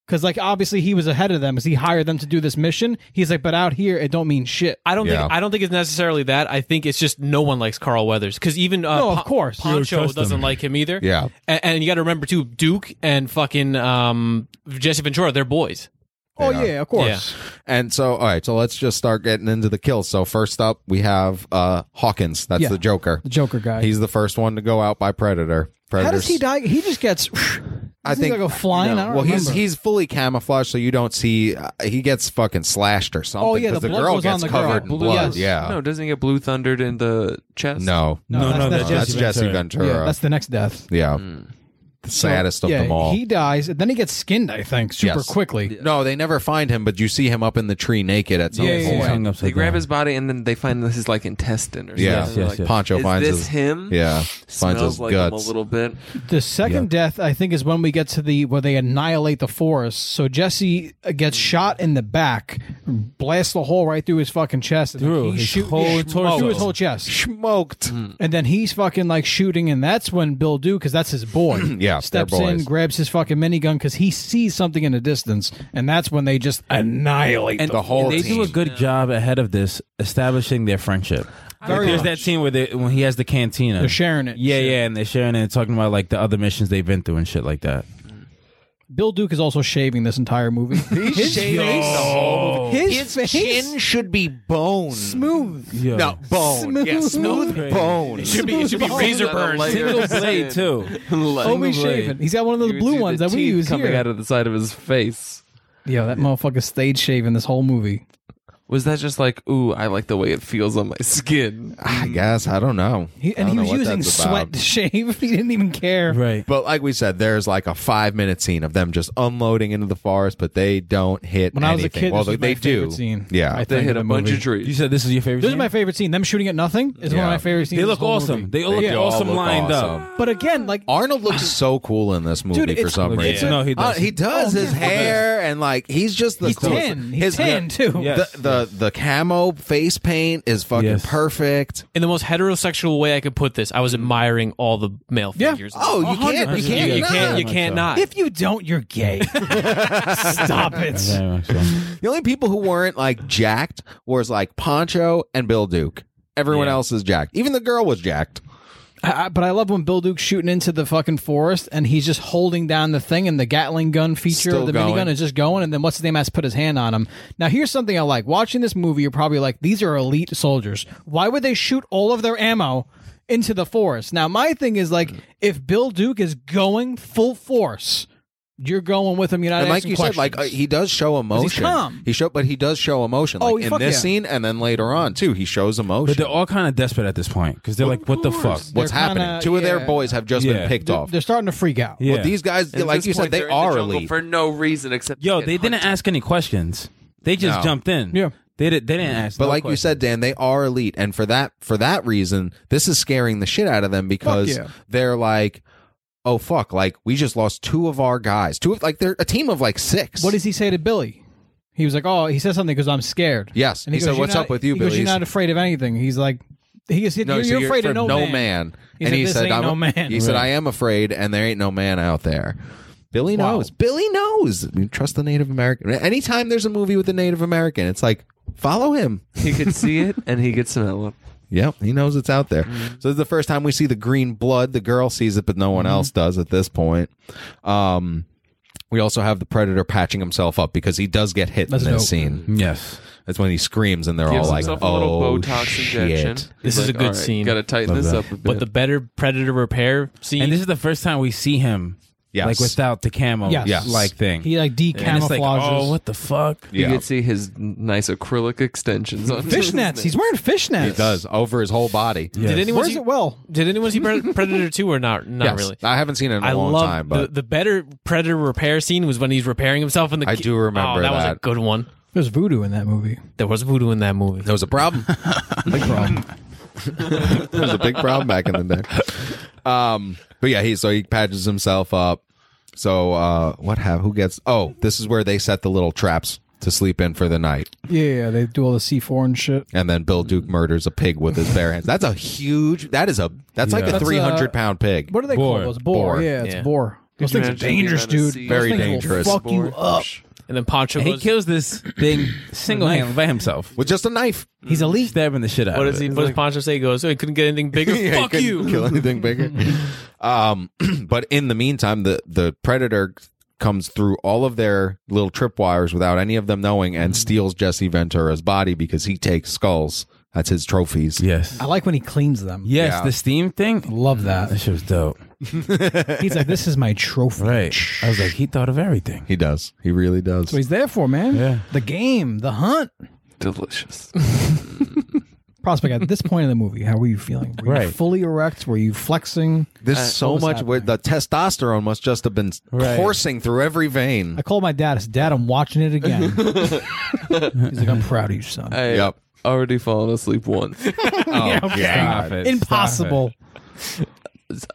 [SPEAKER 2] Because like obviously he was ahead of them because he hired them to do this mission. He's like, but out here it don't mean shit.
[SPEAKER 6] I don't
[SPEAKER 5] Yeah.
[SPEAKER 6] think I don't think it's necessarily that. I think it's just no one likes Carl Weathers because even uh,
[SPEAKER 2] No, of
[SPEAKER 6] Pon-
[SPEAKER 2] course. You don't
[SPEAKER 6] Poncho
[SPEAKER 3] trust
[SPEAKER 6] doesn't
[SPEAKER 3] him.
[SPEAKER 6] like him either.
[SPEAKER 5] Yeah.
[SPEAKER 6] A- and, you got to remember too, Duke and fucking um, Jesse Ventura, they're boys.
[SPEAKER 2] oh yeah, of course.
[SPEAKER 5] And so, all right, so let's just start getting into the kills. So first up, we have uh Hawkins. That's
[SPEAKER 2] Yeah.
[SPEAKER 5] the Joker.
[SPEAKER 2] The Joker guy.
[SPEAKER 5] He's the first one to go out by Predator. Predators.
[SPEAKER 2] How does he die? He just gets.
[SPEAKER 5] I think
[SPEAKER 2] like a flying.
[SPEAKER 5] No.
[SPEAKER 2] I don't
[SPEAKER 5] well, he's
[SPEAKER 2] remember.
[SPEAKER 5] he's fully camouflaged, so you don't see. Uh, he gets fucking slashed or something.
[SPEAKER 2] Oh, yeah,
[SPEAKER 5] 'cause
[SPEAKER 2] the
[SPEAKER 5] the,
[SPEAKER 2] blood
[SPEAKER 5] girl
[SPEAKER 2] was on
[SPEAKER 5] gets
[SPEAKER 2] the girl.
[SPEAKER 5] covered in
[SPEAKER 2] Blue-
[SPEAKER 5] blood.
[SPEAKER 2] yes.
[SPEAKER 5] Yeah,
[SPEAKER 1] No, doesn't he get blue thundered in the chest?
[SPEAKER 5] no,
[SPEAKER 3] No, no,
[SPEAKER 2] that's-
[SPEAKER 3] that's,
[SPEAKER 2] that's
[SPEAKER 5] that's Jesse Ventura.
[SPEAKER 2] yeah, that's the next death.
[SPEAKER 5] Yeah.
[SPEAKER 1] Hmm.
[SPEAKER 5] The saddest of
[SPEAKER 2] yeah,
[SPEAKER 5] them all.
[SPEAKER 2] he dies. and Then he gets skinned. I think super
[SPEAKER 5] Yes.
[SPEAKER 2] quickly.
[SPEAKER 5] no, they never find him, but you see him up in the tree naked at some
[SPEAKER 2] Yeah, yeah,
[SPEAKER 5] point.
[SPEAKER 2] yeah.
[SPEAKER 1] They grab his body and then they find this is like intestine or something.
[SPEAKER 5] Yeah.
[SPEAKER 1] They're
[SPEAKER 3] Yes,
[SPEAKER 1] like,
[SPEAKER 3] yes.
[SPEAKER 5] Pancho
[SPEAKER 1] Is
[SPEAKER 5] finds
[SPEAKER 1] this
[SPEAKER 5] his
[SPEAKER 1] him?
[SPEAKER 5] yeah, finds
[SPEAKER 1] Smells
[SPEAKER 5] his
[SPEAKER 1] like him a
[SPEAKER 5] guts.
[SPEAKER 1] little bit.
[SPEAKER 2] The second death, I think, is when we get to the where they annihilate the forest. So Jesse uh, gets shot in the back, blasts the hole right through his fucking chest, and
[SPEAKER 3] Through
[SPEAKER 2] then he
[SPEAKER 3] his
[SPEAKER 2] shoot-
[SPEAKER 3] whole
[SPEAKER 2] yeah,
[SPEAKER 3] torso.
[SPEAKER 2] through his whole chest,
[SPEAKER 5] Smoked.
[SPEAKER 1] Hmm.
[SPEAKER 2] and then he's fucking like shooting, and that's when Bill Do, because that's his boy,
[SPEAKER 5] Yeah,
[SPEAKER 2] steps
[SPEAKER 5] they're
[SPEAKER 2] in,
[SPEAKER 5] boys.
[SPEAKER 2] grabs his fucking minigun because he sees something in the distance, and that's when they just annihilate
[SPEAKER 3] and
[SPEAKER 2] the whole.
[SPEAKER 3] they do a
[SPEAKER 5] team.
[SPEAKER 3] good job ahead of this establishing their friendship. Like, there's that scene where they, when he has the cantina,
[SPEAKER 2] They're sharing it.
[SPEAKER 3] yeah,
[SPEAKER 2] Shit.
[SPEAKER 3] yeah, and they're sharing it and talking about like the other missions they've been through and shit like that.
[SPEAKER 2] Bill Duke is also shaving this entire movie. his face, his, face,
[SPEAKER 5] should be bone.
[SPEAKER 2] smooth.
[SPEAKER 3] Yeah.
[SPEAKER 5] bone.
[SPEAKER 2] Yeah, smooth
[SPEAKER 5] bone.
[SPEAKER 6] Should be it should be
[SPEAKER 2] Smooth
[SPEAKER 6] razor
[SPEAKER 1] on the
[SPEAKER 6] burns.
[SPEAKER 1] layer.
[SPEAKER 3] Single blade too.
[SPEAKER 2] Always
[SPEAKER 3] Single blade.
[SPEAKER 2] shaven. He's got one of those
[SPEAKER 1] You
[SPEAKER 2] blue
[SPEAKER 1] see
[SPEAKER 2] ones
[SPEAKER 1] the
[SPEAKER 2] that we
[SPEAKER 1] teeth
[SPEAKER 2] use
[SPEAKER 1] coming
[SPEAKER 2] here.
[SPEAKER 1] out of the side of his face.
[SPEAKER 2] Yo, that motherfucker stayed shaving this whole movie.
[SPEAKER 1] Was that just like, ooh, I like the way it feels on my skin?
[SPEAKER 5] I guess I don't know.
[SPEAKER 2] He,
[SPEAKER 5] I
[SPEAKER 2] and
[SPEAKER 5] don't
[SPEAKER 2] he
[SPEAKER 5] know
[SPEAKER 2] was
[SPEAKER 5] what
[SPEAKER 2] using
[SPEAKER 5] that's about.
[SPEAKER 2] sweat to shave. He didn't even care.
[SPEAKER 3] Right.
[SPEAKER 5] But like we said, there's like a five minute scene of them just unloading into the forest, but they don't hit.
[SPEAKER 2] When I was a
[SPEAKER 5] anything.
[SPEAKER 2] kid,
[SPEAKER 5] well,
[SPEAKER 2] this
[SPEAKER 5] they,
[SPEAKER 2] was my
[SPEAKER 5] they do.
[SPEAKER 2] favorite scene.
[SPEAKER 5] Yeah,
[SPEAKER 2] I
[SPEAKER 1] They
[SPEAKER 2] think
[SPEAKER 1] hit
[SPEAKER 2] of
[SPEAKER 1] a
[SPEAKER 2] the
[SPEAKER 1] bunch
[SPEAKER 2] movie.
[SPEAKER 1] of trees.
[SPEAKER 3] You said this is your favorite.
[SPEAKER 2] This is
[SPEAKER 3] scene?
[SPEAKER 2] my favorite scene. Them shooting at nothing is one
[SPEAKER 5] Yeah.
[SPEAKER 2] of my favorite scenes.
[SPEAKER 3] They
[SPEAKER 2] in
[SPEAKER 3] look
[SPEAKER 2] this whole
[SPEAKER 3] awesome.
[SPEAKER 2] movie.
[SPEAKER 3] They all look
[SPEAKER 5] They all
[SPEAKER 3] awesome,
[SPEAKER 5] look
[SPEAKER 3] lined
[SPEAKER 5] awesome.
[SPEAKER 3] up.
[SPEAKER 2] But again, like
[SPEAKER 5] Arnold looks so cool in this movie for
[SPEAKER 2] it's- Oh,
[SPEAKER 5] some
[SPEAKER 3] it's
[SPEAKER 5] reason.
[SPEAKER 3] a- No, he
[SPEAKER 5] Uh,
[SPEAKER 3] doesn't.
[SPEAKER 5] he does his hair and like he's just the
[SPEAKER 2] he's
[SPEAKER 5] coolest.
[SPEAKER 2] ten. He's
[SPEAKER 5] His-
[SPEAKER 2] ten too.
[SPEAKER 3] Yeah.
[SPEAKER 5] The, the the camo face paint is fucking
[SPEAKER 3] Yes.
[SPEAKER 5] perfect.
[SPEAKER 6] In the most heterosexual way I could put this, I was admiring all the male
[SPEAKER 2] Yeah.
[SPEAKER 6] figures.
[SPEAKER 5] Oh, you can't you
[SPEAKER 3] 100%.
[SPEAKER 5] can't
[SPEAKER 6] you
[SPEAKER 5] not.
[SPEAKER 6] can't you
[SPEAKER 3] Not.
[SPEAKER 6] can't not.
[SPEAKER 2] If you don't, you're gay. Stop it.
[SPEAKER 3] Very much so.
[SPEAKER 5] The only people who weren't like jacked was like Poncho and Bill Duke. Everyone else is jacked. Even the girl was jacked.
[SPEAKER 2] I, I- but I love when Bill Duke's shooting into the fucking forest and he's just holding down the thing and the Gatling gun feature
[SPEAKER 5] Still
[SPEAKER 2] of the
[SPEAKER 5] going.
[SPEAKER 2] minigun is just going and then what's his name has to put his hand on him. Now here's something I like. Watching this movie, you're probably like, these are elite soldiers. Why would they shoot all of their ammo into the forest? Now my thing is like, if Bill Duke is going full force, you're going with him. You're not
[SPEAKER 5] And like
[SPEAKER 2] asking
[SPEAKER 5] you said, like uh,
[SPEAKER 2] questions.
[SPEAKER 5] he does show emotion.
[SPEAKER 2] calm.
[SPEAKER 5] He show, but he does show emotion. Like
[SPEAKER 2] Oh, he-
[SPEAKER 5] in
[SPEAKER 2] fuck
[SPEAKER 5] this
[SPEAKER 2] yeah.
[SPEAKER 5] scene, and then later on too, he shows emotion.
[SPEAKER 3] But they're all kind of desperate at this point because they're like, "What the fuck?"
[SPEAKER 5] What's
[SPEAKER 2] they're
[SPEAKER 5] happening?
[SPEAKER 2] kinda-
[SPEAKER 5] Two of their
[SPEAKER 2] yeah.
[SPEAKER 5] boys have just
[SPEAKER 3] Yeah.
[SPEAKER 5] been picked off.
[SPEAKER 2] they're starting to freak out.
[SPEAKER 3] Yeah.
[SPEAKER 5] But these guys,
[SPEAKER 1] And at
[SPEAKER 5] like
[SPEAKER 1] this
[SPEAKER 5] you
[SPEAKER 1] point,
[SPEAKER 5] said, they
[SPEAKER 1] they're in the
[SPEAKER 5] are
[SPEAKER 1] jungle
[SPEAKER 5] elite.
[SPEAKER 1] for no reason except
[SPEAKER 3] Yo,
[SPEAKER 1] to
[SPEAKER 3] they
[SPEAKER 1] get
[SPEAKER 3] didn't
[SPEAKER 1] hunted.
[SPEAKER 3] ask any questions. They just
[SPEAKER 5] No.
[SPEAKER 3] jumped in.
[SPEAKER 2] Yeah.
[SPEAKER 3] They didn't. They didn't ask.
[SPEAKER 5] But
[SPEAKER 3] no
[SPEAKER 5] like you
[SPEAKER 3] questions.
[SPEAKER 5] said, Dan, they are elite, and for that for that reason, this is scaring the shit out of them because
[SPEAKER 2] yeah.
[SPEAKER 5] they're like, oh fuck, like we just lost two of our guys. Two of like they're a team of like six.
[SPEAKER 2] What does he say to Billy? He was like, "Oh, he says something because I'm scared."
[SPEAKER 5] Yes.
[SPEAKER 2] and he,
[SPEAKER 5] He
[SPEAKER 2] goes,
[SPEAKER 5] said,
[SPEAKER 2] "You're
[SPEAKER 5] "What's
[SPEAKER 2] not-
[SPEAKER 5] up with you,
[SPEAKER 2] he goes,
[SPEAKER 5] Billy?"
[SPEAKER 2] You're not afraid of anything. He's like, "He goes, you're,
[SPEAKER 5] No, so
[SPEAKER 2] you're afraid
[SPEAKER 5] for
[SPEAKER 2] of no, man. He
[SPEAKER 5] and
[SPEAKER 2] said,
[SPEAKER 5] he
[SPEAKER 2] "This
[SPEAKER 5] said,
[SPEAKER 2] ain't
[SPEAKER 5] I'm
[SPEAKER 2] no man."
[SPEAKER 5] He said, I am afraid, and there ain't no man out there. Billy knows. Billy knows. You trust the Native American. Anytime there's a movie with a Native American, it's like follow him.
[SPEAKER 1] He could see it and he could smell it.
[SPEAKER 5] Yep, he knows it's out there. So this is the first time we see the green blood. The girl sees it, but no one else does at this point. Um, we also have the predator patching himself up because he does get hit in this
[SPEAKER 3] Mm-hmm.
[SPEAKER 5] scene.
[SPEAKER 3] Yes.
[SPEAKER 5] That's when he screams, and they're
[SPEAKER 1] Gives
[SPEAKER 5] all like,
[SPEAKER 1] himself a little
[SPEAKER 5] "Oh
[SPEAKER 1] Botox
[SPEAKER 5] shit!"
[SPEAKER 1] injection.
[SPEAKER 6] This is a good scene.
[SPEAKER 1] Got to tighten this up a bit.
[SPEAKER 6] but the better predator repair scene
[SPEAKER 3] And this is the first time we see him.
[SPEAKER 5] Yes.
[SPEAKER 3] Like without the camo.
[SPEAKER 2] Yes. Yes.
[SPEAKER 3] Like thing.
[SPEAKER 2] He like
[SPEAKER 3] and it's
[SPEAKER 2] decamouflages.
[SPEAKER 3] like, oh, what the fuck?
[SPEAKER 1] you
[SPEAKER 5] Yeah,
[SPEAKER 1] could see his nice acrylic extensions on
[SPEAKER 2] fishnets. He's wearing fishnets.
[SPEAKER 5] he does over his whole body.
[SPEAKER 3] Yes.
[SPEAKER 6] did anyone
[SPEAKER 2] Where's
[SPEAKER 6] see,
[SPEAKER 2] it? Well,
[SPEAKER 6] did anyone see Pred- Predator two or not? Not
[SPEAKER 5] Yes.
[SPEAKER 6] really.
[SPEAKER 5] I haven't seen it in a
[SPEAKER 6] I
[SPEAKER 5] long
[SPEAKER 6] love
[SPEAKER 5] time,
[SPEAKER 6] the,
[SPEAKER 5] but
[SPEAKER 6] the better Predator repair scene was when he's repairing himself in the.
[SPEAKER 5] I
[SPEAKER 6] ki-
[SPEAKER 5] do remember
[SPEAKER 6] oh, that, was a
[SPEAKER 5] that.
[SPEAKER 6] good one.
[SPEAKER 2] there's voodoo in that movie.
[SPEAKER 6] There was voodoo in that movie.
[SPEAKER 5] there was a problem.
[SPEAKER 2] Big problem.
[SPEAKER 5] It was a big problem back in the day. Um, but yeah, he so he patches himself up. So uh, what have who gets? Oh, this is where they set the little traps to sleep in for the night,
[SPEAKER 2] yeah, yeah, they do all the C four and shit.
[SPEAKER 5] and then Bill Duke murders a pig with his bare hands. That's a huge. That is a. That's like a
[SPEAKER 2] That's a-
[SPEAKER 5] three hundred pound pig.
[SPEAKER 2] What do they
[SPEAKER 3] Boar.
[SPEAKER 2] call those? Boar.
[SPEAKER 5] Boar.
[SPEAKER 2] Yeah, it's
[SPEAKER 6] Yeah.
[SPEAKER 2] boar. Those things are dangerous, dude.
[SPEAKER 5] Very
[SPEAKER 2] Those things will
[SPEAKER 5] dangerous.
[SPEAKER 2] Fuck you up.
[SPEAKER 6] And then Pancho
[SPEAKER 3] He
[SPEAKER 6] goes,
[SPEAKER 3] kills this thing single handed by himself.
[SPEAKER 5] with just a knife.
[SPEAKER 3] He's elite. Stabbing the shit out
[SPEAKER 6] what
[SPEAKER 3] of
[SPEAKER 6] does he?
[SPEAKER 3] it.
[SPEAKER 6] What does Pancho say? He goes, oh, he couldn't get anything bigger.
[SPEAKER 5] Yeah, he
[SPEAKER 6] Fuck
[SPEAKER 5] couldn't
[SPEAKER 6] you.
[SPEAKER 5] Kill anything bigger. um, but in the meantime, the the predator comes through all of their little tripwires without any of them knowing and steals Jesse Ventura's body because he takes skulls. That's his trophies.
[SPEAKER 3] Yes.
[SPEAKER 2] I like when he cleans them.
[SPEAKER 3] Yes,
[SPEAKER 5] Yeah.
[SPEAKER 3] the steam thing.
[SPEAKER 2] Love that.
[SPEAKER 3] That shit was dope.
[SPEAKER 2] He's like, this is my trophy.
[SPEAKER 3] Right. I was like, he thought of everything.
[SPEAKER 5] He does. He really does.
[SPEAKER 2] That's what he's there for, man.
[SPEAKER 3] Yeah.
[SPEAKER 2] The game, the hunt.
[SPEAKER 1] Delicious.
[SPEAKER 2] Prospect, at this point in the movie, how were you feeling? Were you
[SPEAKER 3] Right.
[SPEAKER 2] fully erect? Were you flexing?
[SPEAKER 5] There's so
[SPEAKER 2] Uh, was
[SPEAKER 5] much.
[SPEAKER 2] happening?
[SPEAKER 5] With the testosterone must just have been
[SPEAKER 3] Right.
[SPEAKER 5] coursing through every
[SPEAKER 2] I
[SPEAKER 5] vein.
[SPEAKER 2] called my dad. I said, Dad, I'm watching it again. he's like, I'm proud of you, son.
[SPEAKER 1] I
[SPEAKER 5] Yep.
[SPEAKER 1] already fallen asleep once.
[SPEAKER 5] Oh, yeah.
[SPEAKER 3] Stop it.
[SPEAKER 2] Impossible.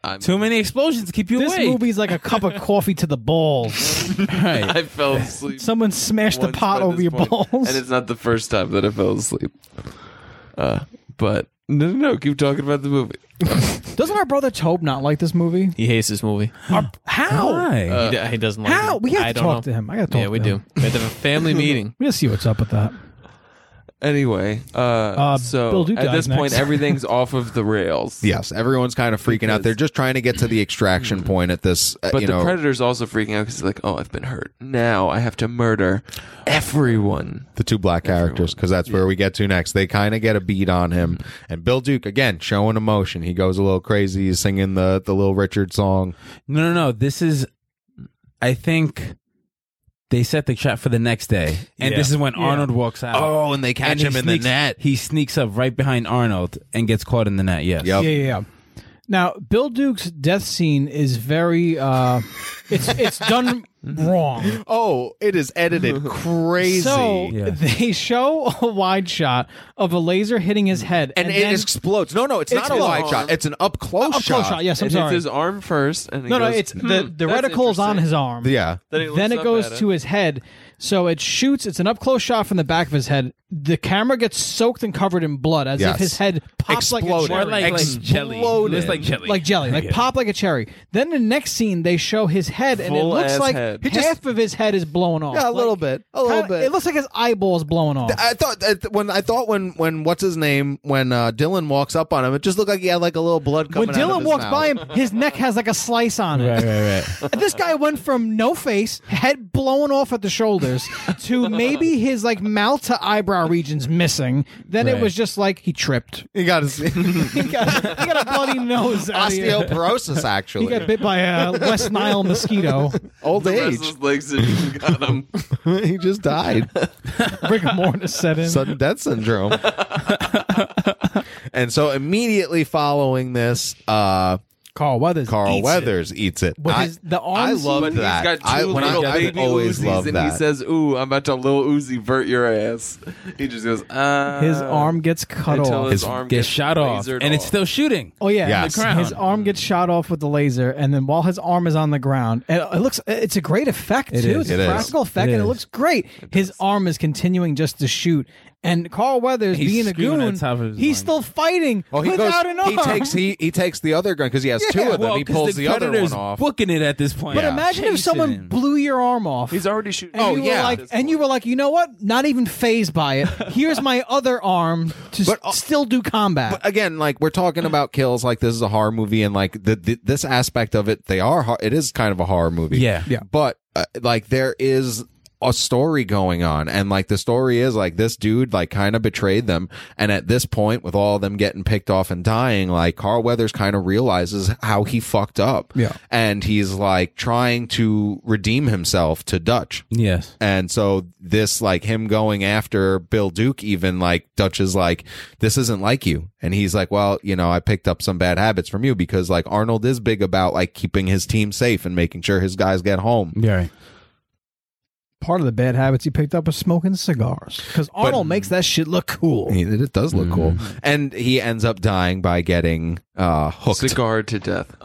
[SPEAKER 1] I'm,
[SPEAKER 3] Too many explosions to keep you
[SPEAKER 2] This
[SPEAKER 3] awake.
[SPEAKER 2] movie's like a cup of coffee to the balls.
[SPEAKER 3] Right.
[SPEAKER 1] I fell asleep.
[SPEAKER 2] Someone smashed the
[SPEAKER 1] once
[SPEAKER 2] pot
[SPEAKER 1] by
[SPEAKER 2] over
[SPEAKER 1] this
[SPEAKER 2] your
[SPEAKER 1] point,
[SPEAKER 2] balls.
[SPEAKER 1] and it's not the first time that I fell asleep. Uh, but no, no, no. Keep talking about the movie.
[SPEAKER 2] Doesn't our brother Tobe not like this movie?
[SPEAKER 6] He hates this movie.
[SPEAKER 2] How?
[SPEAKER 3] Why?
[SPEAKER 1] Uh,
[SPEAKER 6] He d- he doesn't like
[SPEAKER 2] How?
[SPEAKER 6] it.
[SPEAKER 2] We have
[SPEAKER 6] I
[SPEAKER 2] to
[SPEAKER 6] don't
[SPEAKER 2] talk
[SPEAKER 6] know.
[SPEAKER 2] to him. I got to talk
[SPEAKER 6] Yeah, we
[SPEAKER 2] to him.
[SPEAKER 6] do. We have to have a family meeting.
[SPEAKER 2] We're going to see what's up with that.
[SPEAKER 1] Anyway, uh,
[SPEAKER 2] Bill
[SPEAKER 1] so
[SPEAKER 2] Duke
[SPEAKER 1] at
[SPEAKER 2] dies
[SPEAKER 1] this point,
[SPEAKER 2] next.
[SPEAKER 1] everything's off of the rails.
[SPEAKER 5] Yes, everyone's kind of freaking out. They're just trying to get to the extraction point at this. Uh,
[SPEAKER 1] But
[SPEAKER 5] you
[SPEAKER 1] the
[SPEAKER 5] know,
[SPEAKER 1] predator's also freaking out because he's like, "Oh, I've been hurt. Now I have to murder everyone."
[SPEAKER 5] the two black characters because that's where we get to next. They kind of get a beat on him,
[SPEAKER 2] Mm-hmm.
[SPEAKER 5] and Bill Duke again showing emotion. He goes a little crazy, he's singing the the Little Richard song.
[SPEAKER 3] No, no, no. This is, I think they set the trap for the next day. And
[SPEAKER 6] Yeah.
[SPEAKER 3] this is when Arnold walks out.
[SPEAKER 5] and they
[SPEAKER 3] And he sneaks- He sneaks up right behind Arnold and gets caught in the net. Yes.
[SPEAKER 5] Yep.
[SPEAKER 2] Yeah, yeah, yeah. Now, Bill Duke's death scene is very uh it's it's done wrong.
[SPEAKER 5] Oh, it is edited crazy,
[SPEAKER 2] So
[SPEAKER 3] Yeah.
[SPEAKER 2] they show a wide shot of a laser hitting his head
[SPEAKER 5] and, it
[SPEAKER 2] then-
[SPEAKER 5] explodes. No, no, it's, not a
[SPEAKER 2] explodes.
[SPEAKER 5] wide shot. It's an up close
[SPEAKER 2] up close shot. Yes, I'm
[SPEAKER 1] it hits
[SPEAKER 2] sorry.
[SPEAKER 1] his arm first, and he
[SPEAKER 2] no, no,
[SPEAKER 1] goes,
[SPEAKER 2] it's the the
[SPEAKER 1] "Hmm, that's
[SPEAKER 2] reticle is on
[SPEAKER 1] interesting."
[SPEAKER 2] his arm.
[SPEAKER 5] Yeah.
[SPEAKER 1] Then, he
[SPEAKER 2] Then
[SPEAKER 1] looks
[SPEAKER 2] it
[SPEAKER 1] up
[SPEAKER 2] goes
[SPEAKER 1] at
[SPEAKER 2] to
[SPEAKER 1] him.
[SPEAKER 2] his head. So it shoots. It's an up close shot from the back of his head. The camera gets soaked and covered in blood as
[SPEAKER 5] Yes.
[SPEAKER 2] if his head pops like a
[SPEAKER 5] Exploded.
[SPEAKER 2] cherry.
[SPEAKER 5] Or like- like jelly. Exploded. It's like
[SPEAKER 3] jelly.
[SPEAKER 2] like jelly, like pop like a cherry. Then the next scene, they show his head, and it
[SPEAKER 1] Full
[SPEAKER 2] looks
[SPEAKER 1] ass
[SPEAKER 2] like
[SPEAKER 1] head.
[SPEAKER 2] half of his head is blown off.
[SPEAKER 5] Yeah, a
[SPEAKER 2] Like,
[SPEAKER 5] little bit. A little
[SPEAKER 2] kinda-
[SPEAKER 5] bit.
[SPEAKER 2] It looks like his eyeball is blown off.
[SPEAKER 5] I thought that when I thought when when what's his name when uh, Dylan walks up on him, it just looked like he had like a little blood
[SPEAKER 2] when
[SPEAKER 5] coming. out of
[SPEAKER 2] Dylan
[SPEAKER 5] his
[SPEAKER 2] walks
[SPEAKER 5] mouth.
[SPEAKER 2] by him, his neck has like a slice on it.
[SPEAKER 3] Right, right, right.
[SPEAKER 2] This guy went from no face, head blown off at the shoulders, to maybe his like mouth to eyebrow regions missing. Then it
[SPEAKER 3] Right.
[SPEAKER 2] was just like he tripped.
[SPEAKER 5] he got
[SPEAKER 2] Oh,
[SPEAKER 5] his
[SPEAKER 2] He got, he got a bloody nose. Out of here.
[SPEAKER 5] osteoporosis. Actually,
[SPEAKER 2] He got bit by a West Nile mosquito.
[SPEAKER 5] old
[SPEAKER 1] The
[SPEAKER 5] age.
[SPEAKER 1] restless legs that got him.
[SPEAKER 5] he just died.
[SPEAKER 2] Rigor mortis set in.
[SPEAKER 5] Sudden death syndrome. and so immediately following this, uh,
[SPEAKER 2] Carl Weathers.
[SPEAKER 5] Carl
[SPEAKER 2] eats it.
[SPEAKER 5] Weathers eats it.
[SPEAKER 2] With
[SPEAKER 5] I,
[SPEAKER 2] his- the
[SPEAKER 5] I
[SPEAKER 2] arms-
[SPEAKER 5] love
[SPEAKER 1] But
[SPEAKER 5] that.
[SPEAKER 1] he's got two
[SPEAKER 5] I, when
[SPEAKER 1] little
[SPEAKER 5] I,
[SPEAKER 1] baby
[SPEAKER 5] I always
[SPEAKER 1] Uzis,
[SPEAKER 5] love
[SPEAKER 1] and
[SPEAKER 5] that.
[SPEAKER 1] he says, "Ooh, I'm about to little Uzi vert your ass." He just goes, "Ah."
[SPEAKER 2] His arm gets cut
[SPEAKER 1] until
[SPEAKER 2] off.
[SPEAKER 1] his, arm
[SPEAKER 3] Gets shot off.
[SPEAKER 1] lasered
[SPEAKER 3] And it's still shooting.
[SPEAKER 2] Oh yeah,
[SPEAKER 5] Yes.
[SPEAKER 3] crown.
[SPEAKER 2] his arm gets shot off with the laser, and then while his arm is on the ground, and it looks it's a great effect too.
[SPEAKER 3] is.
[SPEAKER 2] It's
[SPEAKER 5] It
[SPEAKER 2] a
[SPEAKER 5] is.
[SPEAKER 2] practical effect,
[SPEAKER 3] It
[SPEAKER 2] and it
[SPEAKER 3] is.
[SPEAKER 2] looks great. his arm is continuing just to shoot, and Carl Weathers
[SPEAKER 3] He's
[SPEAKER 2] being a
[SPEAKER 3] screaming at
[SPEAKER 2] goon,
[SPEAKER 3] the top of his
[SPEAKER 2] he's
[SPEAKER 3] lungs.
[SPEAKER 2] still fighting
[SPEAKER 5] Oh, he
[SPEAKER 2] without
[SPEAKER 5] goes.
[SPEAKER 2] an arm.
[SPEAKER 5] He takes he he takes the other gun because he has two of them.
[SPEAKER 3] Well,
[SPEAKER 5] he
[SPEAKER 3] 'cause
[SPEAKER 5] pulls the, other
[SPEAKER 3] predator's
[SPEAKER 5] one off.
[SPEAKER 3] booking it at this point.
[SPEAKER 2] but imagine if
[SPEAKER 3] Chasing
[SPEAKER 2] someone
[SPEAKER 3] him.
[SPEAKER 2] blew your arm off.
[SPEAKER 1] He's already shooting.
[SPEAKER 5] Oh,
[SPEAKER 2] and you were like, and you were like, you know what? Not even phased by it. Here's my other arm to
[SPEAKER 5] But,
[SPEAKER 2] but,
[SPEAKER 5] uh,
[SPEAKER 2] still do combat.
[SPEAKER 5] But uh, again, like we're talking about kills, like this is a horror movie, and like the, the this aspect of it, they are hor- it is kind of a horror movie.
[SPEAKER 3] Yeah.
[SPEAKER 2] Yeah.
[SPEAKER 5] But uh, like there is a story going on, and like the story is like this dude like kind of betrayed them, and at this point, with all of them getting picked off and dying, like Carl Weathers kind of realizes how he fucked up.
[SPEAKER 2] Yeah.
[SPEAKER 5] and he's like trying to redeem himself to Dutch.
[SPEAKER 3] Yes.
[SPEAKER 5] And so this like him going after Bill Duke even like Dutch is like this isn't like you and he's like well you know I picked up some bad habits from you because like Arnold is big about like keeping his team safe and making sure his guys get home.
[SPEAKER 3] Yeah. Right.
[SPEAKER 2] part of the bad habits he picked up was smoking cigars because Arnold makes that shit look cool.
[SPEAKER 5] He- It does look cool. Mm-hmm. And he ends up dying by getting uh hooked.
[SPEAKER 1] cigar to death.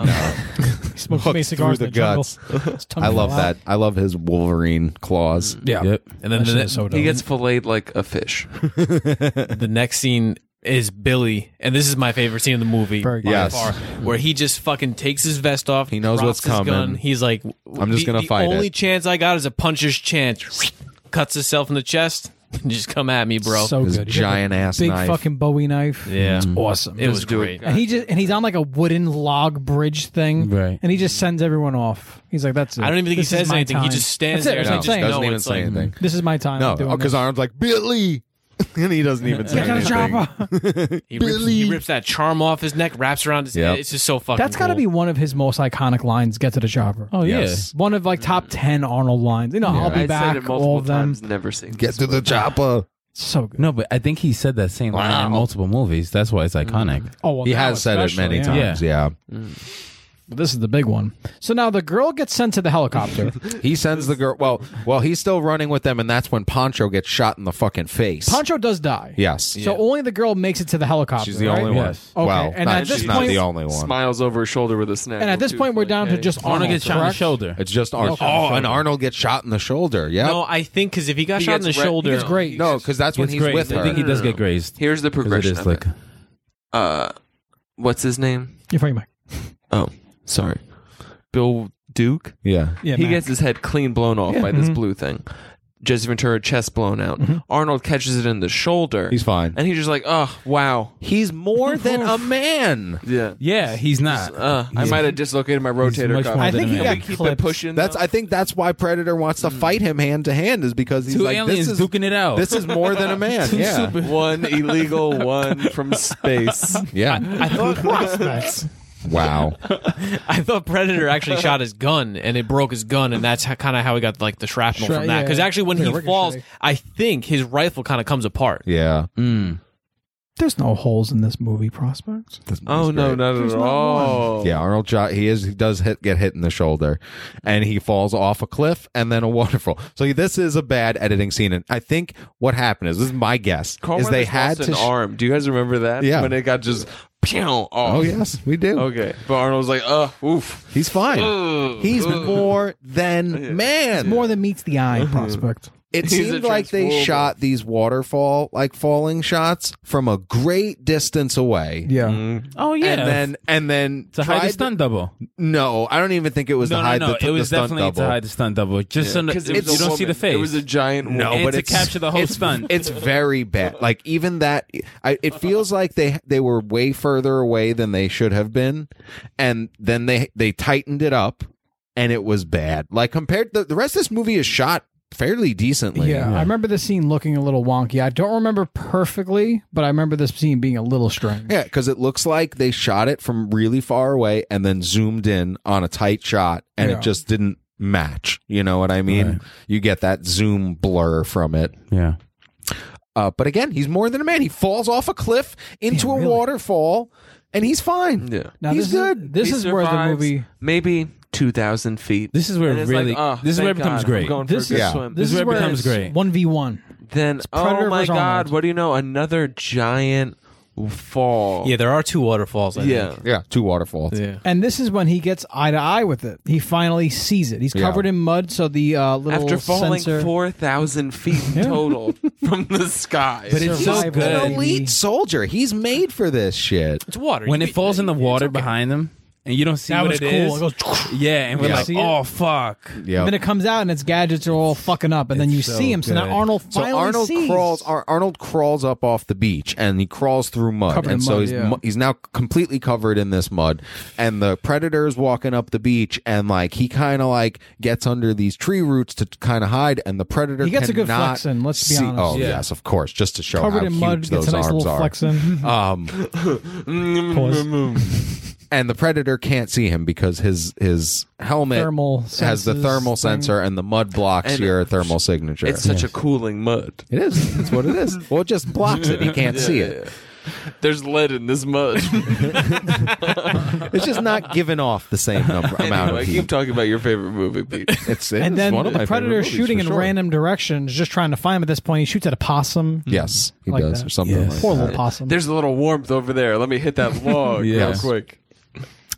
[SPEAKER 2] smoked
[SPEAKER 5] Hooked
[SPEAKER 2] many cigars
[SPEAKER 5] through
[SPEAKER 2] in the
[SPEAKER 5] the
[SPEAKER 2] jungle.
[SPEAKER 5] guts.
[SPEAKER 2] His tongue
[SPEAKER 5] I
[SPEAKER 2] fell
[SPEAKER 5] love
[SPEAKER 2] out.
[SPEAKER 5] that. I love his Wolverine claws.
[SPEAKER 2] Mm. Yeah.
[SPEAKER 3] Yep.
[SPEAKER 6] And then the,
[SPEAKER 2] so
[SPEAKER 1] he gets filleted like a fish.
[SPEAKER 6] the next scene is Billy, and this is my favorite scene in the movie
[SPEAKER 2] Very
[SPEAKER 6] by
[SPEAKER 5] good. Yes.
[SPEAKER 6] far, where he just fucking takes his vest off.
[SPEAKER 5] He knows
[SPEAKER 6] drops
[SPEAKER 5] what's
[SPEAKER 6] his
[SPEAKER 5] coming.
[SPEAKER 6] Gun. He's like,
[SPEAKER 5] I'm just
[SPEAKER 6] the-
[SPEAKER 5] gonna fight
[SPEAKER 6] The only
[SPEAKER 5] it."
[SPEAKER 6] chance I got is a puncher's chance. Cuts himself in the chest. Just come at me, bro.
[SPEAKER 2] so
[SPEAKER 5] His
[SPEAKER 2] good. He had
[SPEAKER 5] giant ass
[SPEAKER 2] the big
[SPEAKER 5] knife.
[SPEAKER 2] fucking Bowie knife.
[SPEAKER 6] yeah,
[SPEAKER 5] Mm.
[SPEAKER 2] Awesome.
[SPEAKER 6] it was great.
[SPEAKER 2] and he just and he's on like a wooden log bridge thing,
[SPEAKER 3] Right.
[SPEAKER 2] And he just sends everyone off. He's like, "That's it.
[SPEAKER 6] I don't even think
[SPEAKER 2] This
[SPEAKER 6] he
[SPEAKER 2] is
[SPEAKER 6] says
[SPEAKER 2] my
[SPEAKER 6] anything. He
[SPEAKER 2] time.
[SPEAKER 6] just stands
[SPEAKER 2] That's
[SPEAKER 6] there.
[SPEAKER 2] it, that's
[SPEAKER 6] and
[SPEAKER 2] what
[SPEAKER 5] no,
[SPEAKER 2] I'm
[SPEAKER 6] just
[SPEAKER 2] saying.
[SPEAKER 6] know
[SPEAKER 5] doesn't even
[SPEAKER 6] it's
[SPEAKER 5] say
[SPEAKER 6] like-
[SPEAKER 5] anything.
[SPEAKER 2] This is my time.
[SPEAKER 5] No,
[SPEAKER 2] mm, I'm doing
[SPEAKER 5] because
[SPEAKER 2] this.
[SPEAKER 5] Arnold's like Billy, and he doesn't even say
[SPEAKER 2] I got a
[SPEAKER 5] anything.
[SPEAKER 2] job.
[SPEAKER 6] He rips, he
[SPEAKER 5] Billy.
[SPEAKER 6] rips that charm off his neck, wraps around his
[SPEAKER 5] Yep.
[SPEAKER 6] head. It's just so fucking.
[SPEAKER 2] That's got to
[SPEAKER 6] cool.
[SPEAKER 2] be one of his most iconic lines. Get to the chopper.
[SPEAKER 3] Oh yeah.
[SPEAKER 5] Yes.
[SPEAKER 2] One of like top ten Arnold lines. You know, I'll be
[SPEAKER 1] I
[SPEAKER 2] back.
[SPEAKER 1] said it
[SPEAKER 2] all
[SPEAKER 1] multiple
[SPEAKER 2] of them.
[SPEAKER 1] times. Never seen.
[SPEAKER 5] Get to the chopper.
[SPEAKER 2] So good.
[SPEAKER 3] No, but I think he said that same line in
[SPEAKER 5] Wow.
[SPEAKER 3] multiple movies. That's why it's iconic.
[SPEAKER 2] Oh, well,
[SPEAKER 5] He
[SPEAKER 2] now
[SPEAKER 5] has said it
[SPEAKER 2] especially,
[SPEAKER 5] many
[SPEAKER 2] yeah.
[SPEAKER 5] times. Yeah.
[SPEAKER 2] This is the big one. So now the girl gets sent to the helicopter.
[SPEAKER 5] He sends the girl. Well, well, he's still running with them, and that's when Poncho gets shot in the fucking face.
[SPEAKER 2] Pancho does die.
[SPEAKER 5] Yes.
[SPEAKER 2] So only the girl makes it to the helicopter.
[SPEAKER 5] She's the
[SPEAKER 2] right?
[SPEAKER 5] only one.
[SPEAKER 3] Yes.
[SPEAKER 2] Okay,
[SPEAKER 5] Well,
[SPEAKER 2] and
[SPEAKER 5] not,
[SPEAKER 2] at this
[SPEAKER 5] she's not
[SPEAKER 2] point-
[SPEAKER 5] the only one.
[SPEAKER 1] Smiles over his shoulder with a snap.
[SPEAKER 2] And at this point, we're down to just
[SPEAKER 3] Arnold
[SPEAKER 2] Arnold.
[SPEAKER 3] gets shot in the
[SPEAKER 2] correct?
[SPEAKER 3] shoulder.
[SPEAKER 5] It's just Arnold. Oh, and Arnold gets shot in the shoulder. Yeah.
[SPEAKER 6] No, I think because if he got
[SPEAKER 1] He
[SPEAKER 6] shot in
[SPEAKER 1] gets
[SPEAKER 6] the
[SPEAKER 1] re-
[SPEAKER 6] shoulder,
[SPEAKER 1] he
[SPEAKER 2] It's great.
[SPEAKER 5] No, because that's when
[SPEAKER 3] It's
[SPEAKER 5] he's
[SPEAKER 3] grazed.
[SPEAKER 5] with
[SPEAKER 3] I think he
[SPEAKER 5] her.
[SPEAKER 3] does get grazed.
[SPEAKER 1] Here's the
[SPEAKER 3] 'Cause it
[SPEAKER 1] progression.
[SPEAKER 3] is
[SPEAKER 1] of
[SPEAKER 3] like
[SPEAKER 1] it. Uh, what's his name?
[SPEAKER 2] You're fucking Mike.
[SPEAKER 1] Oh, sorry, Bill Duke.
[SPEAKER 5] Yeah.
[SPEAKER 2] Yeah,
[SPEAKER 1] he
[SPEAKER 2] Mac.
[SPEAKER 1] gets his head clean blown off by this blue thing. Jesse Ventura chest blown out. Arnold catches it in the shoulder.
[SPEAKER 5] He's fine.
[SPEAKER 1] and he's just like, oh wow,
[SPEAKER 5] He's more than a man.
[SPEAKER 1] yeah.
[SPEAKER 3] Yeah, he's not.
[SPEAKER 1] Uh, I might have dislocated my rotator
[SPEAKER 3] much
[SPEAKER 1] cuff.
[SPEAKER 3] more
[SPEAKER 2] I
[SPEAKER 3] than
[SPEAKER 2] think
[SPEAKER 3] a
[SPEAKER 2] he
[SPEAKER 3] man.
[SPEAKER 2] got
[SPEAKER 3] We
[SPEAKER 1] keep it
[SPEAKER 2] clipped.
[SPEAKER 1] pushing.
[SPEAKER 5] That's.
[SPEAKER 1] though.
[SPEAKER 5] I think that's why Predator wants to fight him hand to hand is because he's
[SPEAKER 3] Two
[SPEAKER 5] like
[SPEAKER 3] aliens
[SPEAKER 5] this is
[SPEAKER 3] duking it out.
[SPEAKER 5] this is more than a man. yeah.
[SPEAKER 1] one illegal, one from space.
[SPEAKER 5] Yeah.
[SPEAKER 6] I thought
[SPEAKER 5] Wow.
[SPEAKER 6] I thought Predator actually shot his gun and it broke his gun, and that's kind of how he got like the shrapnel
[SPEAKER 2] Shrap-
[SPEAKER 6] from that. Because
[SPEAKER 2] yeah.
[SPEAKER 6] actually, when
[SPEAKER 2] Yeah,
[SPEAKER 6] he
[SPEAKER 2] ricochet.
[SPEAKER 6] falls, I think his rifle kind of comes apart.
[SPEAKER 5] Yeah.
[SPEAKER 3] Mm.
[SPEAKER 2] There's no holes in this movie, Prospect.
[SPEAKER 5] This
[SPEAKER 1] Oh
[SPEAKER 5] movie's
[SPEAKER 1] no,
[SPEAKER 5] great.
[SPEAKER 1] not at all.
[SPEAKER 5] Yeah, Arnold shot. He is. He does hit get hit in the shoulder, and he falls off a cliff and then a waterfall. So this is a bad editing scene, and I think what happened is this is my guess
[SPEAKER 1] Carl
[SPEAKER 5] is they
[SPEAKER 1] Weathers
[SPEAKER 5] had
[SPEAKER 1] lost
[SPEAKER 5] to.
[SPEAKER 1] an
[SPEAKER 5] sh-
[SPEAKER 1] arm. Do you guys remember that?
[SPEAKER 5] Yeah.
[SPEAKER 1] when it got just pew off.
[SPEAKER 5] oh yes, we do.
[SPEAKER 1] Okay, but Arnold was like, uh, oof.
[SPEAKER 5] He's fine.
[SPEAKER 1] Ugh.
[SPEAKER 5] He's
[SPEAKER 1] Ugh.
[SPEAKER 5] more than man.
[SPEAKER 2] More than meets the eye, Prospect.
[SPEAKER 5] it
[SPEAKER 1] He's a
[SPEAKER 5] seemed like they
[SPEAKER 1] transformer.
[SPEAKER 5] shot these waterfall like falling shots from a great distance away.
[SPEAKER 2] Yeah.
[SPEAKER 3] Oh yeah.
[SPEAKER 5] And then and then
[SPEAKER 3] to hide the
[SPEAKER 5] tried-
[SPEAKER 3] stunt double.
[SPEAKER 5] No, I don't even think it was
[SPEAKER 3] No,
[SPEAKER 5] to
[SPEAKER 3] no,
[SPEAKER 5] hide
[SPEAKER 3] no.
[SPEAKER 5] the,
[SPEAKER 3] it was
[SPEAKER 5] the stunt
[SPEAKER 3] definitely
[SPEAKER 5] double.
[SPEAKER 3] to hide the stunt double. Just so no-
[SPEAKER 1] Because
[SPEAKER 3] you
[SPEAKER 1] it
[SPEAKER 3] don't
[SPEAKER 1] was a
[SPEAKER 3] see the
[SPEAKER 1] woman.
[SPEAKER 3] face.
[SPEAKER 1] It was a giant.
[SPEAKER 5] No,
[SPEAKER 1] woman.
[SPEAKER 3] And
[SPEAKER 5] but
[SPEAKER 3] to
[SPEAKER 5] it's
[SPEAKER 3] capture the whole
[SPEAKER 5] it's,
[SPEAKER 3] stunt.
[SPEAKER 5] It's very bad. Like even that, I, it feels like they they were way further away than they should have been, and then they they tightened it up, and it was bad. Like compared the the rest of this movie is shot fairly decently.
[SPEAKER 2] Yeah, I remember the scene looking a little wonky. I don't remember perfectly, but I remember this scene being a little strange.
[SPEAKER 5] Yeah, because it looks like they shot it from really far away and then zoomed in on a tight shot, and
[SPEAKER 2] Yeah.
[SPEAKER 5] it just didn't match. You know what I mean?
[SPEAKER 3] Right.
[SPEAKER 5] You get that zoom blur from it.
[SPEAKER 3] yeah.
[SPEAKER 5] Uh, but again, he's more than a man. He falls off a cliff into
[SPEAKER 2] Yeah,
[SPEAKER 5] a
[SPEAKER 2] really.
[SPEAKER 5] waterfall, and he's fine.
[SPEAKER 1] Yeah.
[SPEAKER 2] Now,
[SPEAKER 5] He's
[SPEAKER 2] this Is,
[SPEAKER 5] good.
[SPEAKER 2] this
[SPEAKER 1] He
[SPEAKER 2] is where the
[SPEAKER 1] survives
[SPEAKER 2] movie.
[SPEAKER 1] maybe two thousand feet.
[SPEAKER 3] This is where
[SPEAKER 1] And
[SPEAKER 3] it
[SPEAKER 1] it's
[SPEAKER 3] really.
[SPEAKER 1] like, oh,
[SPEAKER 3] this is where it
[SPEAKER 1] thank
[SPEAKER 3] becomes
[SPEAKER 1] God, I'm
[SPEAKER 3] great.
[SPEAKER 1] going for
[SPEAKER 2] This
[SPEAKER 1] a good
[SPEAKER 5] is-
[SPEAKER 1] swim.
[SPEAKER 2] This,
[SPEAKER 3] is where it
[SPEAKER 2] where
[SPEAKER 3] becomes
[SPEAKER 2] it's
[SPEAKER 3] great.
[SPEAKER 2] One v one.
[SPEAKER 1] then
[SPEAKER 2] Predator
[SPEAKER 1] oh my
[SPEAKER 2] versus
[SPEAKER 1] god,
[SPEAKER 2] Arnold.
[SPEAKER 1] what do you know? Another giant fall.
[SPEAKER 6] Yeah, there are two waterfalls. I
[SPEAKER 1] yeah.
[SPEAKER 6] think.
[SPEAKER 5] Yeah, two waterfalls.
[SPEAKER 6] yeah.
[SPEAKER 2] And this is when he gets eye to eye with it. He finally sees it. He's covered in mud, so the uh, little
[SPEAKER 1] After falling
[SPEAKER 2] sensor.
[SPEAKER 1] four thousand feet total from the sky.
[SPEAKER 3] But it's so
[SPEAKER 2] Survival.
[SPEAKER 5] An
[SPEAKER 3] good.
[SPEAKER 5] elite soldier. He's made for this shit.
[SPEAKER 6] It's water.
[SPEAKER 3] when
[SPEAKER 6] You-
[SPEAKER 3] it falls in the water behind them and you don't see
[SPEAKER 2] that
[SPEAKER 3] what
[SPEAKER 2] was
[SPEAKER 3] it
[SPEAKER 2] cool.
[SPEAKER 3] is.
[SPEAKER 2] It goes,
[SPEAKER 3] yeah, and we're
[SPEAKER 5] Yeah.
[SPEAKER 3] like,
[SPEAKER 2] See it?
[SPEAKER 3] oh fuck.
[SPEAKER 5] Yeah.
[SPEAKER 2] Then it comes out and its gadgets are all fucking up, and then you
[SPEAKER 3] It's so
[SPEAKER 2] see him. So now
[SPEAKER 3] good.
[SPEAKER 2] Arnold
[SPEAKER 5] So
[SPEAKER 2] finally
[SPEAKER 5] Arnold
[SPEAKER 2] sees.
[SPEAKER 5] crawls. Ar- Arnold crawls up off the beach, and he crawls through mud,
[SPEAKER 2] Covered in
[SPEAKER 5] and so
[SPEAKER 2] mud,
[SPEAKER 5] he's
[SPEAKER 2] yeah.
[SPEAKER 5] mu- he's now completely covered in this mud. And the predator is walking up the beach, and like he kind of like gets under these tree roots to kind of hide, and the predator
[SPEAKER 2] He gets a good
[SPEAKER 5] cannot
[SPEAKER 2] flex in, let's be
[SPEAKER 5] see-
[SPEAKER 2] honest.
[SPEAKER 5] Oh
[SPEAKER 3] Yeah.
[SPEAKER 5] yes, of course, just to show
[SPEAKER 2] covered
[SPEAKER 5] how
[SPEAKER 2] in
[SPEAKER 5] huge
[SPEAKER 2] mud.
[SPEAKER 5] those
[SPEAKER 2] Gets a nice
[SPEAKER 5] arms
[SPEAKER 2] little
[SPEAKER 5] are.
[SPEAKER 2] flex in.
[SPEAKER 5] Um, and the predator can't see him because his his helmet
[SPEAKER 2] Thermal
[SPEAKER 5] has the
[SPEAKER 2] senses
[SPEAKER 5] thermal
[SPEAKER 2] thing.
[SPEAKER 5] sensor, and the mud blocks
[SPEAKER 1] And
[SPEAKER 5] your thermal signature.
[SPEAKER 1] It's such a cooling mud.
[SPEAKER 5] It is. That's what it is. Well, it just blocks it. He can't see it.
[SPEAKER 1] There's lead in this mud.
[SPEAKER 5] It's just not giving off the same number amount
[SPEAKER 1] anyway,
[SPEAKER 5] of
[SPEAKER 1] keep
[SPEAKER 5] heat.
[SPEAKER 1] talking about your favorite movie, Pete.
[SPEAKER 5] It's,
[SPEAKER 2] And
[SPEAKER 5] it's
[SPEAKER 2] then
[SPEAKER 5] one of my
[SPEAKER 2] the predator
[SPEAKER 5] favorite movies,
[SPEAKER 2] shooting
[SPEAKER 5] for
[SPEAKER 2] in
[SPEAKER 5] sure.
[SPEAKER 2] random directions, just trying to find him. At this point, he shoots at a possum.
[SPEAKER 5] Yes, he
[SPEAKER 2] Like
[SPEAKER 5] does,
[SPEAKER 2] that.
[SPEAKER 5] or something.
[SPEAKER 3] Yes.
[SPEAKER 5] Like
[SPEAKER 2] Poor
[SPEAKER 5] that.
[SPEAKER 2] little possum.
[SPEAKER 1] There's a little warmth over there. Let me hit that log
[SPEAKER 3] Yes.
[SPEAKER 1] real quick.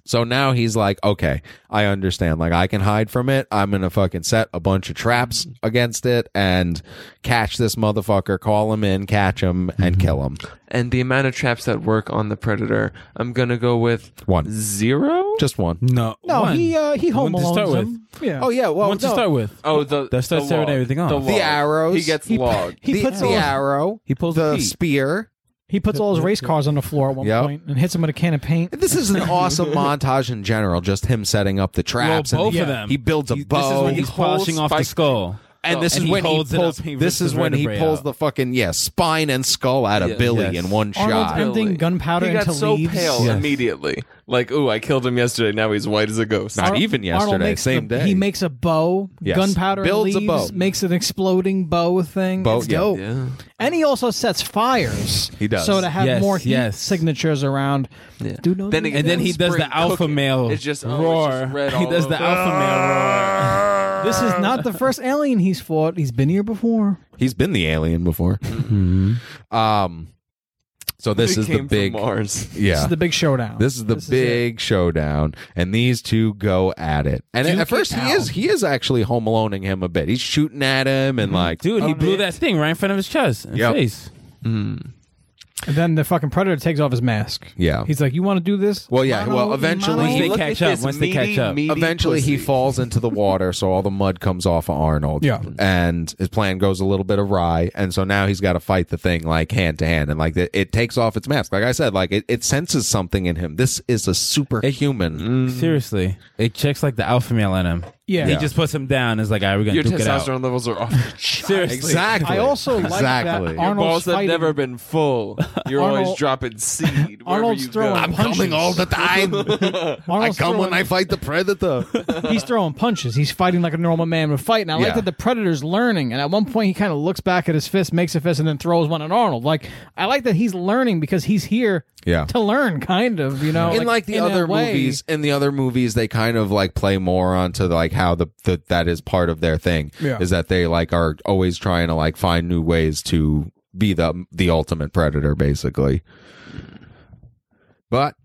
[SPEAKER 5] So now he's like, okay, I understand. Like, I can hide from it. I'm going to fucking set a bunch of traps against it and catch this motherfucker, call him in, catch him, and kill him.
[SPEAKER 1] and the amount of traps that work on the predator, I'm gonna go with
[SPEAKER 5] One.
[SPEAKER 1] zero.
[SPEAKER 5] Just one.
[SPEAKER 3] No,
[SPEAKER 2] No,
[SPEAKER 3] one.
[SPEAKER 2] he uh, he home
[SPEAKER 3] One to start
[SPEAKER 2] alone.
[SPEAKER 3] with.
[SPEAKER 2] Yeah.
[SPEAKER 5] Oh, yeah. Well,
[SPEAKER 3] One to
[SPEAKER 5] no.
[SPEAKER 3] start with.
[SPEAKER 1] Oh, the
[SPEAKER 3] That starts
[SPEAKER 1] the
[SPEAKER 3] tearing
[SPEAKER 1] log.
[SPEAKER 3] everything off.
[SPEAKER 1] The,
[SPEAKER 3] The
[SPEAKER 1] log.
[SPEAKER 5] arrows.
[SPEAKER 1] He gets logged.
[SPEAKER 2] He
[SPEAKER 5] the,
[SPEAKER 2] puts
[SPEAKER 5] the
[SPEAKER 2] all
[SPEAKER 5] arrow.
[SPEAKER 3] He pulls
[SPEAKER 5] the
[SPEAKER 3] the feet.
[SPEAKER 5] spear.
[SPEAKER 2] he puts all his race cars on the floor at one
[SPEAKER 5] Yep.
[SPEAKER 2] point and hits him with a can of paint.
[SPEAKER 5] This is an awesome montage in general, just him setting up the traps.
[SPEAKER 3] both
[SPEAKER 5] and he,
[SPEAKER 3] of them.
[SPEAKER 5] He builds a
[SPEAKER 3] He-
[SPEAKER 5] bow.
[SPEAKER 3] This is when
[SPEAKER 5] He
[SPEAKER 3] he's
[SPEAKER 1] holds
[SPEAKER 3] polishing off the
[SPEAKER 1] spikes-
[SPEAKER 3] skull.
[SPEAKER 5] and this
[SPEAKER 3] and
[SPEAKER 5] is
[SPEAKER 3] he
[SPEAKER 5] when he
[SPEAKER 3] holds it
[SPEAKER 5] pulls.
[SPEAKER 3] up, he rips
[SPEAKER 5] this is
[SPEAKER 3] the
[SPEAKER 5] when he
[SPEAKER 3] vertebrae
[SPEAKER 5] pulls
[SPEAKER 3] out.
[SPEAKER 5] the fucking yeah spine and skull out of Billy
[SPEAKER 3] Yes.
[SPEAKER 5] in one
[SPEAKER 2] Arnold's
[SPEAKER 5] shot.
[SPEAKER 2] emptying gunpowder
[SPEAKER 1] He got
[SPEAKER 2] into
[SPEAKER 1] so
[SPEAKER 2] leaves.
[SPEAKER 1] pale
[SPEAKER 3] Yes.
[SPEAKER 1] immediately. Like, ooh, I killed him yesterday. Now he's white as a ghost.
[SPEAKER 5] Not
[SPEAKER 2] Ar-
[SPEAKER 5] even
[SPEAKER 2] Arnold
[SPEAKER 5] yesterday,
[SPEAKER 2] makes
[SPEAKER 5] same
[SPEAKER 2] the-
[SPEAKER 5] day.
[SPEAKER 2] He makes a bow,
[SPEAKER 5] Yes.
[SPEAKER 2] gunpowder, and
[SPEAKER 5] Builds a
[SPEAKER 2] leaves,
[SPEAKER 5] bow.
[SPEAKER 2] makes an exploding bow thing.
[SPEAKER 5] Bow,
[SPEAKER 2] it's
[SPEAKER 5] yeah.
[SPEAKER 2] dope.
[SPEAKER 1] Yeah.
[SPEAKER 2] And he also sets fires.
[SPEAKER 5] He does.
[SPEAKER 2] So to have
[SPEAKER 3] Yes,
[SPEAKER 2] more heat
[SPEAKER 3] yes.
[SPEAKER 2] signatures around.
[SPEAKER 1] Yeah.
[SPEAKER 2] Dude, no,
[SPEAKER 1] Then
[SPEAKER 2] dude.
[SPEAKER 1] again-
[SPEAKER 3] And then he does
[SPEAKER 1] Spring
[SPEAKER 3] the alpha
[SPEAKER 1] cooking.
[SPEAKER 3] male
[SPEAKER 1] It's just- oh, it's
[SPEAKER 3] roar.
[SPEAKER 1] just red
[SPEAKER 3] he
[SPEAKER 1] all
[SPEAKER 3] does the
[SPEAKER 1] over.
[SPEAKER 3] alpha male roar.
[SPEAKER 2] This
[SPEAKER 1] uh,
[SPEAKER 2] is not the first alien he's fought. He's been here before.
[SPEAKER 5] He's been the alien before.
[SPEAKER 2] Mm-hmm.
[SPEAKER 5] um, so this
[SPEAKER 1] He
[SPEAKER 5] is the
[SPEAKER 1] came from
[SPEAKER 5] big
[SPEAKER 1] Mars.
[SPEAKER 2] This
[SPEAKER 5] yeah.
[SPEAKER 2] is the big showdown.
[SPEAKER 5] This is the
[SPEAKER 2] This is
[SPEAKER 5] big showdown, and these two go at it. And at-
[SPEAKER 3] Duke
[SPEAKER 5] at first,
[SPEAKER 3] it
[SPEAKER 5] he
[SPEAKER 3] out.
[SPEAKER 5] is he is actually home aloneing him a bit. He's shooting at him
[SPEAKER 2] Mm-hmm.
[SPEAKER 5] and like,
[SPEAKER 3] Dude, he
[SPEAKER 5] oh,
[SPEAKER 3] blew that thing right in front of his chest and
[SPEAKER 5] Yep.
[SPEAKER 3] face.
[SPEAKER 2] And then the fucking predator takes off his mask.
[SPEAKER 5] Yeah.
[SPEAKER 2] He's like, "You want to do this?"
[SPEAKER 5] Well, yeah, well, eventually
[SPEAKER 2] mano?"
[SPEAKER 5] he-
[SPEAKER 3] Once they
[SPEAKER 1] Look
[SPEAKER 3] catch
[SPEAKER 1] at
[SPEAKER 3] up,
[SPEAKER 1] this
[SPEAKER 3] once they catch
[SPEAKER 1] meaty,
[SPEAKER 3] up.
[SPEAKER 1] meaty
[SPEAKER 5] Eventually, he
[SPEAKER 1] pussy.
[SPEAKER 5] falls into the water, so all the mud comes off of Arnold.
[SPEAKER 2] Yeah.
[SPEAKER 5] and his plan goes a little bit awry, and so now he's got to fight the thing like hand to hand, and like it, it takes off its mask. Like I said, like it, it senses something in him. This is a superhuman.
[SPEAKER 2] Mm.
[SPEAKER 3] Seriously, it checks like the alpha male in him.
[SPEAKER 2] Yeah.
[SPEAKER 3] he
[SPEAKER 2] Yeah.
[SPEAKER 3] just puts him down. Is like, all right, we're gonna
[SPEAKER 1] Your
[SPEAKER 3] duke it out.
[SPEAKER 1] testosterone levels are off.
[SPEAKER 3] Seriously,
[SPEAKER 5] Exactly.
[SPEAKER 2] I also like that
[SPEAKER 5] exactly.
[SPEAKER 2] Arnold- Arnold's
[SPEAKER 1] Balls have
[SPEAKER 2] fighting-
[SPEAKER 1] never been full. You're always
[SPEAKER 2] Arnold-
[SPEAKER 1] dropping seed. wherever
[SPEAKER 2] Arnold's
[SPEAKER 1] you
[SPEAKER 2] throwing
[SPEAKER 1] Go.
[SPEAKER 5] I'm
[SPEAKER 2] punches.
[SPEAKER 5] coming all the time. I
[SPEAKER 2] Arnold's
[SPEAKER 5] come when I
[SPEAKER 2] throwing-
[SPEAKER 5] fight the predator.
[SPEAKER 2] he's throwing punches. He's fighting like a normal man would fight. And I
[SPEAKER 5] Yeah.
[SPEAKER 2] like that the Predator's learning. And at one point, he kind of looks back at his fist, makes a fist, and then throws one at Arnold. Like, I like that he's learning because he's here
[SPEAKER 5] Yeah.
[SPEAKER 2] to learn, kind of, you know?
[SPEAKER 5] in like the
[SPEAKER 2] in a
[SPEAKER 5] other
[SPEAKER 2] way.
[SPEAKER 5] movies in the other movies they kind of like play more onto like how the, the that is part of their thing
[SPEAKER 2] Yeah.
[SPEAKER 5] is that they like are always trying to like find new ways to be the the ultimate predator basically but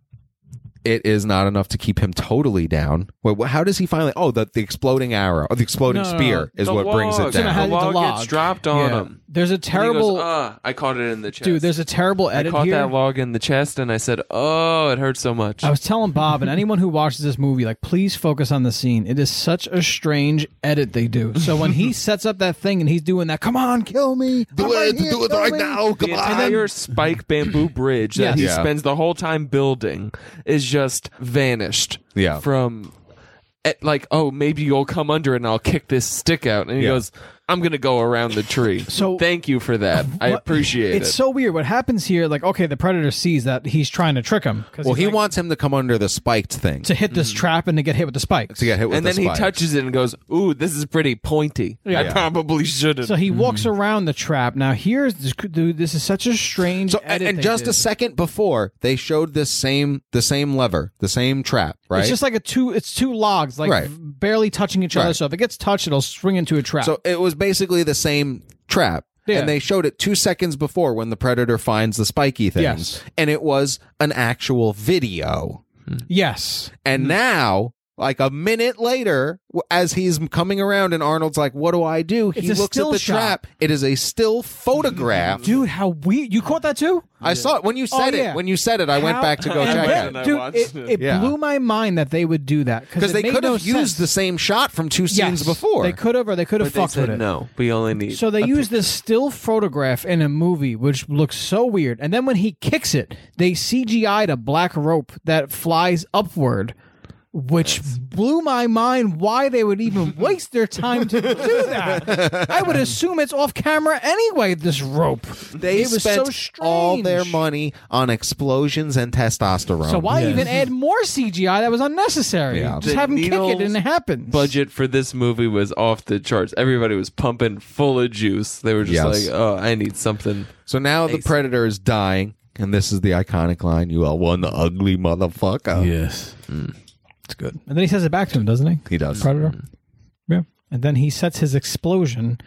[SPEAKER 5] it is not enough to keep him totally down. Wait, wh- how does he finally? Oh, the, the exploding arrow, or the exploding
[SPEAKER 2] No, no,
[SPEAKER 5] spear is
[SPEAKER 1] The
[SPEAKER 5] what brings it
[SPEAKER 1] log. The
[SPEAKER 5] down.
[SPEAKER 2] how-
[SPEAKER 1] log
[SPEAKER 2] The
[SPEAKER 1] gets
[SPEAKER 2] log.
[SPEAKER 1] dropped on
[SPEAKER 2] Yeah.
[SPEAKER 1] him.
[SPEAKER 2] There's a
[SPEAKER 1] And um, he goes,
[SPEAKER 2] terrible.
[SPEAKER 1] "Ah, I caught it in the chest.
[SPEAKER 2] Dude, there's a terrible
[SPEAKER 1] I
[SPEAKER 2] edit
[SPEAKER 1] caught
[SPEAKER 2] here.
[SPEAKER 1] that log in the chest and I said, "Oh, it hurt so much."
[SPEAKER 2] I was telling Bob and anyone who watches this movie, like, please focus on the scene. It is such a strange edit they do. So when he sets up that thing and he's doing that, come on, kill me. I'm right here, kill me."
[SPEAKER 5] Come
[SPEAKER 1] the entire spike bamboo bridge that
[SPEAKER 2] Yes.
[SPEAKER 1] he
[SPEAKER 5] Yeah.
[SPEAKER 1] spends the whole time building is just vanished.
[SPEAKER 5] Yeah.
[SPEAKER 1] From at like, oh, maybe you'll come under and I'll kick this stick out, and he
[SPEAKER 5] Yeah.
[SPEAKER 1] goes, "I'm gonna go around the tree."
[SPEAKER 2] So-
[SPEAKER 1] thank you for that. I
[SPEAKER 2] What-
[SPEAKER 1] appreciate
[SPEAKER 2] it's
[SPEAKER 1] it.
[SPEAKER 2] so weird. What happens here? Like, okay, the predator sees that he's trying to trick him. 'cause
[SPEAKER 5] Well,
[SPEAKER 2] he's
[SPEAKER 5] he
[SPEAKER 2] like,
[SPEAKER 5] wants him to come under the spiked thing
[SPEAKER 2] to
[SPEAKER 5] to
[SPEAKER 2] hit this trap and to get hit with the spikes.
[SPEAKER 5] get hit with.
[SPEAKER 1] and
[SPEAKER 5] the
[SPEAKER 1] then he
[SPEAKER 5] spikes.
[SPEAKER 1] touches it and goes, "Ooh, this is pretty pointy. I
[SPEAKER 2] Yeah.
[SPEAKER 1] probably shouldn't."
[SPEAKER 2] So he walks
[SPEAKER 5] Mm-hmm.
[SPEAKER 2] around the trap. Now here's this, dude. This is such a strange.
[SPEAKER 5] So and,
[SPEAKER 2] edit
[SPEAKER 5] and
[SPEAKER 2] they
[SPEAKER 5] just
[SPEAKER 2] did.
[SPEAKER 5] a second before they showed this same the same lever, the same trap, right?
[SPEAKER 2] It's just like a two. It's two logs, like
[SPEAKER 5] Right.
[SPEAKER 2] barely touching each other.
[SPEAKER 5] Right.
[SPEAKER 2] So if it gets touched, it'll swing into a trap.
[SPEAKER 5] so it was basically the same trap.
[SPEAKER 2] Yeah.
[SPEAKER 5] And they showed it two seconds before when the predator finds the spiky things.
[SPEAKER 2] Yes.
[SPEAKER 5] And it was an actual video.
[SPEAKER 2] yes,
[SPEAKER 5] And now, like a minute later, w- as he's coming around and Arnold's like, What do I do? He
[SPEAKER 2] It's a
[SPEAKER 5] looks at
[SPEAKER 2] still
[SPEAKER 5] the
[SPEAKER 2] shot.
[SPEAKER 5] trap. It is a still photograph.
[SPEAKER 2] dude, how weird. You caught that too?
[SPEAKER 5] I saw it when you said
[SPEAKER 2] Oh, yeah.
[SPEAKER 5] it. When you said it, I went
[SPEAKER 2] How-
[SPEAKER 5] back to go
[SPEAKER 2] And
[SPEAKER 5] check
[SPEAKER 2] that-
[SPEAKER 5] it.
[SPEAKER 1] I
[SPEAKER 2] Dude,
[SPEAKER 1] watched
[SPEAKER 2] it,
[SPEAKER 1] it.
[SPEAKER 2] it
[SPEAKER 5] Yeah.
[SPEAKER 2] blew my mind that they would do that
[SPEAKER 5] Because
[SPEAKER 2] it
[SPEAKER 5] they
[SPEAKER 2] made
[SPEAKER 5] could have
[SPEAKER 2] no
[SPEAKER 5] used the
[SPEAKER 2] sense.
[SPEAKER 5] same shot from two
[SPEAKER 2] Yes.
[SPEAKER 5] scenes before.
[SPEAKER 2] They could have, or they could have
[SPEAKER 1] but they
[SPEAKER 2] fucked with
[SPEAKER 1] said,
[SPEAKER 2] it.
[SPEAKER 1] "No, we only need."
[SPEAKER 2] So they use this still photograph in a movie, which looks so weird. And then when he kicks it, they CGI'd a black rope that flies upward, which blew my mind. Why they would even waste their time to do that? I would assume it's off camera anyway. This rope.
[SPEAKER 5] They
[SPEAKER 2] it was
[SPEAKER 5] spent
[SPEAKER 2] so strange.
[SPEAKER 5] all their money on explosions and testosterone.
[SPEAKER 2] So why even add more CGI? That was unnecessary.
[SPEAKER 5] Oh, Yeah.
[SPEAKER 2] Just
[SPEAKER 1] The
[SPEAKER 2] have him kick it
[SPEAKER 1] needles
[SPEAKER 2] and it happens.
[SPEAKER 1] budget for this movie was off the charts. Everybody was pumping full of juice. They were just
[SPEAKER 5] Yes.
[SPEAKER 1] like, "Oh, I need something."
[SPEAKER 5] So now the predator is dying, and this is the iconic line: "You are one ugly motherfucker."
[SPEAKER 3] Yes.
[SPEAKER 2] It's good.
[SPEAKER 5] Mm.
[SPEAKER 2] And then he says it back to him, doesn't he?
[SPEAKER 5] He does.
[SPEAKER 2] Predator. Yeah. And then he sets his explosion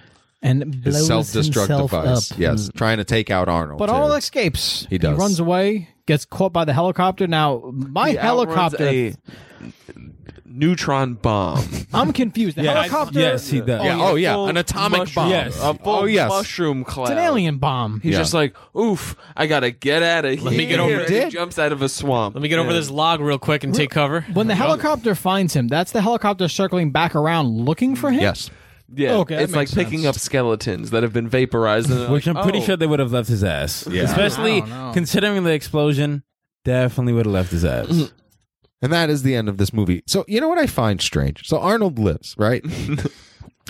[SPEAKER 4] and blows
[SPEAKER 5] His self-destruct
[SPEAKER 4] himself
[SPEAKER 5] device.
[SPEAKER 4] up.
[SPEAKER 5] Yes, trying to take out Arnold.
[SPEAKER 2] Hmm. But
[SPEAKER 5] too.
[SPEAKER 2] Arnold escapes.
[SPEAKER 5] He does.
[SPEAKER 2] He runs away, gets caught by the helicopter. Now, my
[SPEAKER 1] He outruns
[SPEAKER 2] helicopter.
[SPEAKER 1] a neutron bomb.
[SPEAKER 2] I'm confused. The
[SPEAKER 3] I-
[SPEAKER 2] helicopter.
[SPEAKER 3] yes, he does.
[SPEAKER 5] Yeah, oh, yeah,
[SPEAKER 1] full
[SPEAKER 5] an atomic
[SPEAKER 1] mushroom-
[SPEAKER 5] bomb.
[SPEAKER 3] Yes.
[SPEAKER 1] A full
[SPEAKER 5] Oh, yes.
[SPEAKER 1] mushroom cloud.
[SPEAKER 2] It's an alien bomb.
[SPEAKER 1] He's
[SPEAKER 5] Yeah.
[SPEAKER 1] just like, oof, I gotta get out of here. Let
[SPEAKER 6] me get over
[SPEAKER 1] and he
[SPEAKER 5] it.
[SPEAKER 1] jumps out of a swamp.
[SPEAKER 6] Let me get over this log real quick and take cover.
[SPEAKER 2] When the helicopter finds him, that's the helicopter circling back around looking for him.
[SPEAKER 5] Yes.
[SPEAKER 1] Yeah,
[SPEAKER 2] Okay, that
[SPEAKER 1] it's like
[SPEAKER 2] makes
[SPEAKER 1] picking up skeletons that have been vaporized. And they're
[SPEAKER 3] Which I'm
[SPEAKER 1] like,
[SPEAKER 3] pretty
[SPEAKER 1] "Oh,
[SPEAKER 3] sure they would have left his ass.
[SPEAKER 5] Yeah.
[SPEAKER 3] Especially considering the explosion, definitely would have left his ass.
[SPEAKER 5] And that is the end of this movie. So you know what I find strange? So Arnold lives, right?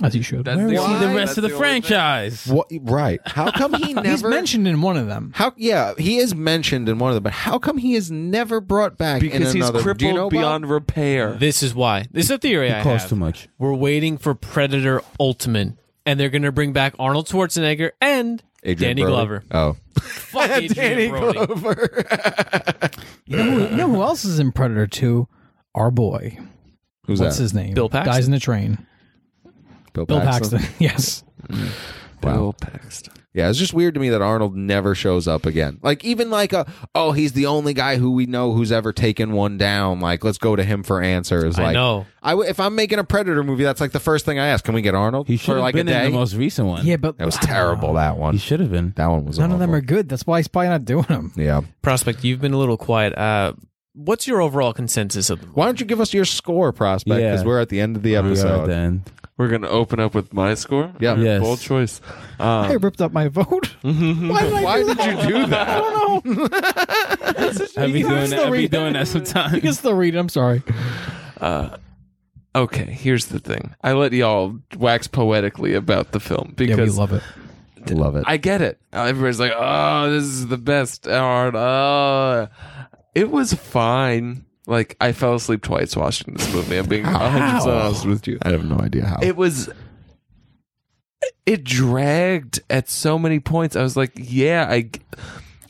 [SPEAKER 2] As he should.
[SPEAKER 1] That's
[SPEAKER 3] We
[SPEAKER 1] the,
[SPEAKER 3] see
[SPEAKER 1] only-
[SPEAKER 3] the
[SPEAKER 1] that's
[SPEAKER 3] rest of the
[SPEAKER 1] only thing.
[SPEAKER 3] franchise.
[SPEAKER 5] what, right. How come he never
[SPEAKER 2] He's mentioned in one of them.
[SPEAKER 5] How yeah, he is mentioned in one of them, but how come he is never brought back in
[SPEAKER 1] Because he's
[SPEAKER 5] another-
[SPEAKER 1] crippled
[SPEAKER 5] Do you know about-
[SPEAKER 1] beyond repair.
[SPEAKER 6] This is why. This is a theory I
[SPEAKER 3] Cost
[SPEAKER 6] have.
[SPEAKER 3] too much.
[SPEAKER 6] We're waiting for Predator Ultimate, and they're going to bring back Arnold Schwarzenegger and
[SPEAKER 5] Adrian
[SPEAKER 6] Danny
[SPEAKER 5] Brody?
[SPEAKER 6] Glover.
[SPEAKER 5] Oh.
[SPEAKER 6] Fuck Adrian Brody.
[SPEAKER 2] You know, who, you know who else is in Predator 2? Our boy.
[SPEAKER 5] Who's
[SPEAKER 2] What's
[SPEAKER 5] that?
[SPEAKER 2] his name?
[SPEAKER 6] Bill Paxton?
[SPEAKER 2] Dies in the train. Bill Paxton. yes.
[SPEAKER 1] Bill Paxton.
[SPEAKER 5] Yeah, it's just weird to me that Arnold never shows up again. Like even like a oh, he's the only guy who we know who's ever taken one down. Like let's go to him for answers.
[SPEAKER 6] I
[SPEAKER 5] Like
[SPEAKER 6] know.
[SPEAKER 5] I w- if I'm making a Predator movie, that's like the first thing I ask. Can we get Arnold
[SPEAKER 3] He should
[SPEAKER 5] for
[SPEAKER 3] have
[SPEAKER 5] like
[SPEAKER 3] been
[SPEAKER 5] a
[SPEAKER 3] in
[SPEAKER 5] day?
[SPEAKER 3] the most recent one.
[SPEAKER 2] Yeah, but
[SPEAKER 5] that was terrible. That
[SPEAKER 3] He
[SPEAKER 5] one.
[SPEAKER 3] should have been.
[SPEAKER 5] That one was.
[SPEAKER 2] None of them
[SPEAKER 5] awful.
[SPEAKER 2] are good. That's why he's probably not doing them.
[SPEAKER 5] Yeah.
[SPEAKER 6] Prospect, you've been a little quiet. Uh, what's your overall consensus of the
[SPEAKER 5] Why don't you give us your score, prospect?
[SPEAKER 3] Yeah.
[SPEAKER 5] Because we're at the end of the
[SPEAKER 3] We are
[SPEAKER 5] episode.
[SPEAKER 3] at the end.
[SPEAKER 1] We're gonna open up with my score.
[SPEAKER 5] Yeah.
[SPEAKER 3] Yes.
[SPEAKER 1] bold choice.
[SPEAKER 2] I
[SPEAKER 1] Um,
[SPEAKER 2] ripped up my vote. why did I
[SPEAKER 5] Why
[SPEAKER 2] do
[SPEAKER 5] did
[SPEAKER 2] that?
[SPEAKER 5] you do that?
[SPEAKER 2] I don't know.
[SPEAKER 3] I be doing
[SPEAKER 2] That's
[SPEAKER 3] that. I
[SPEAKER 2] the
[SPEAKER 3] be
[SPEAKER 2] reason.
[SPEAKER 3] doing that sometimes.
[SPEAKER 2] It's the read. I'm sorry.
[SPEAKER 1] okay, here's the thing. I let y'all wax poetically about the film
[SPEAKER 2] Yeah, we
[SPEAKER 1] because
[SPEAKER 2] love it.
[SPEAKER 5] Love it.
[SPEAKER 1] I get it. Uh, Everybody's like, "Oh, this is the best." Art. Oh, it was fine. Like I fell asleep twice watching this movie. I'm being 100 percent honest with you.
[SPEAKER 5] I have no idea how.
[SPEAKER 1] It was. It dragged at so many points. I was like, "Yeah, I g-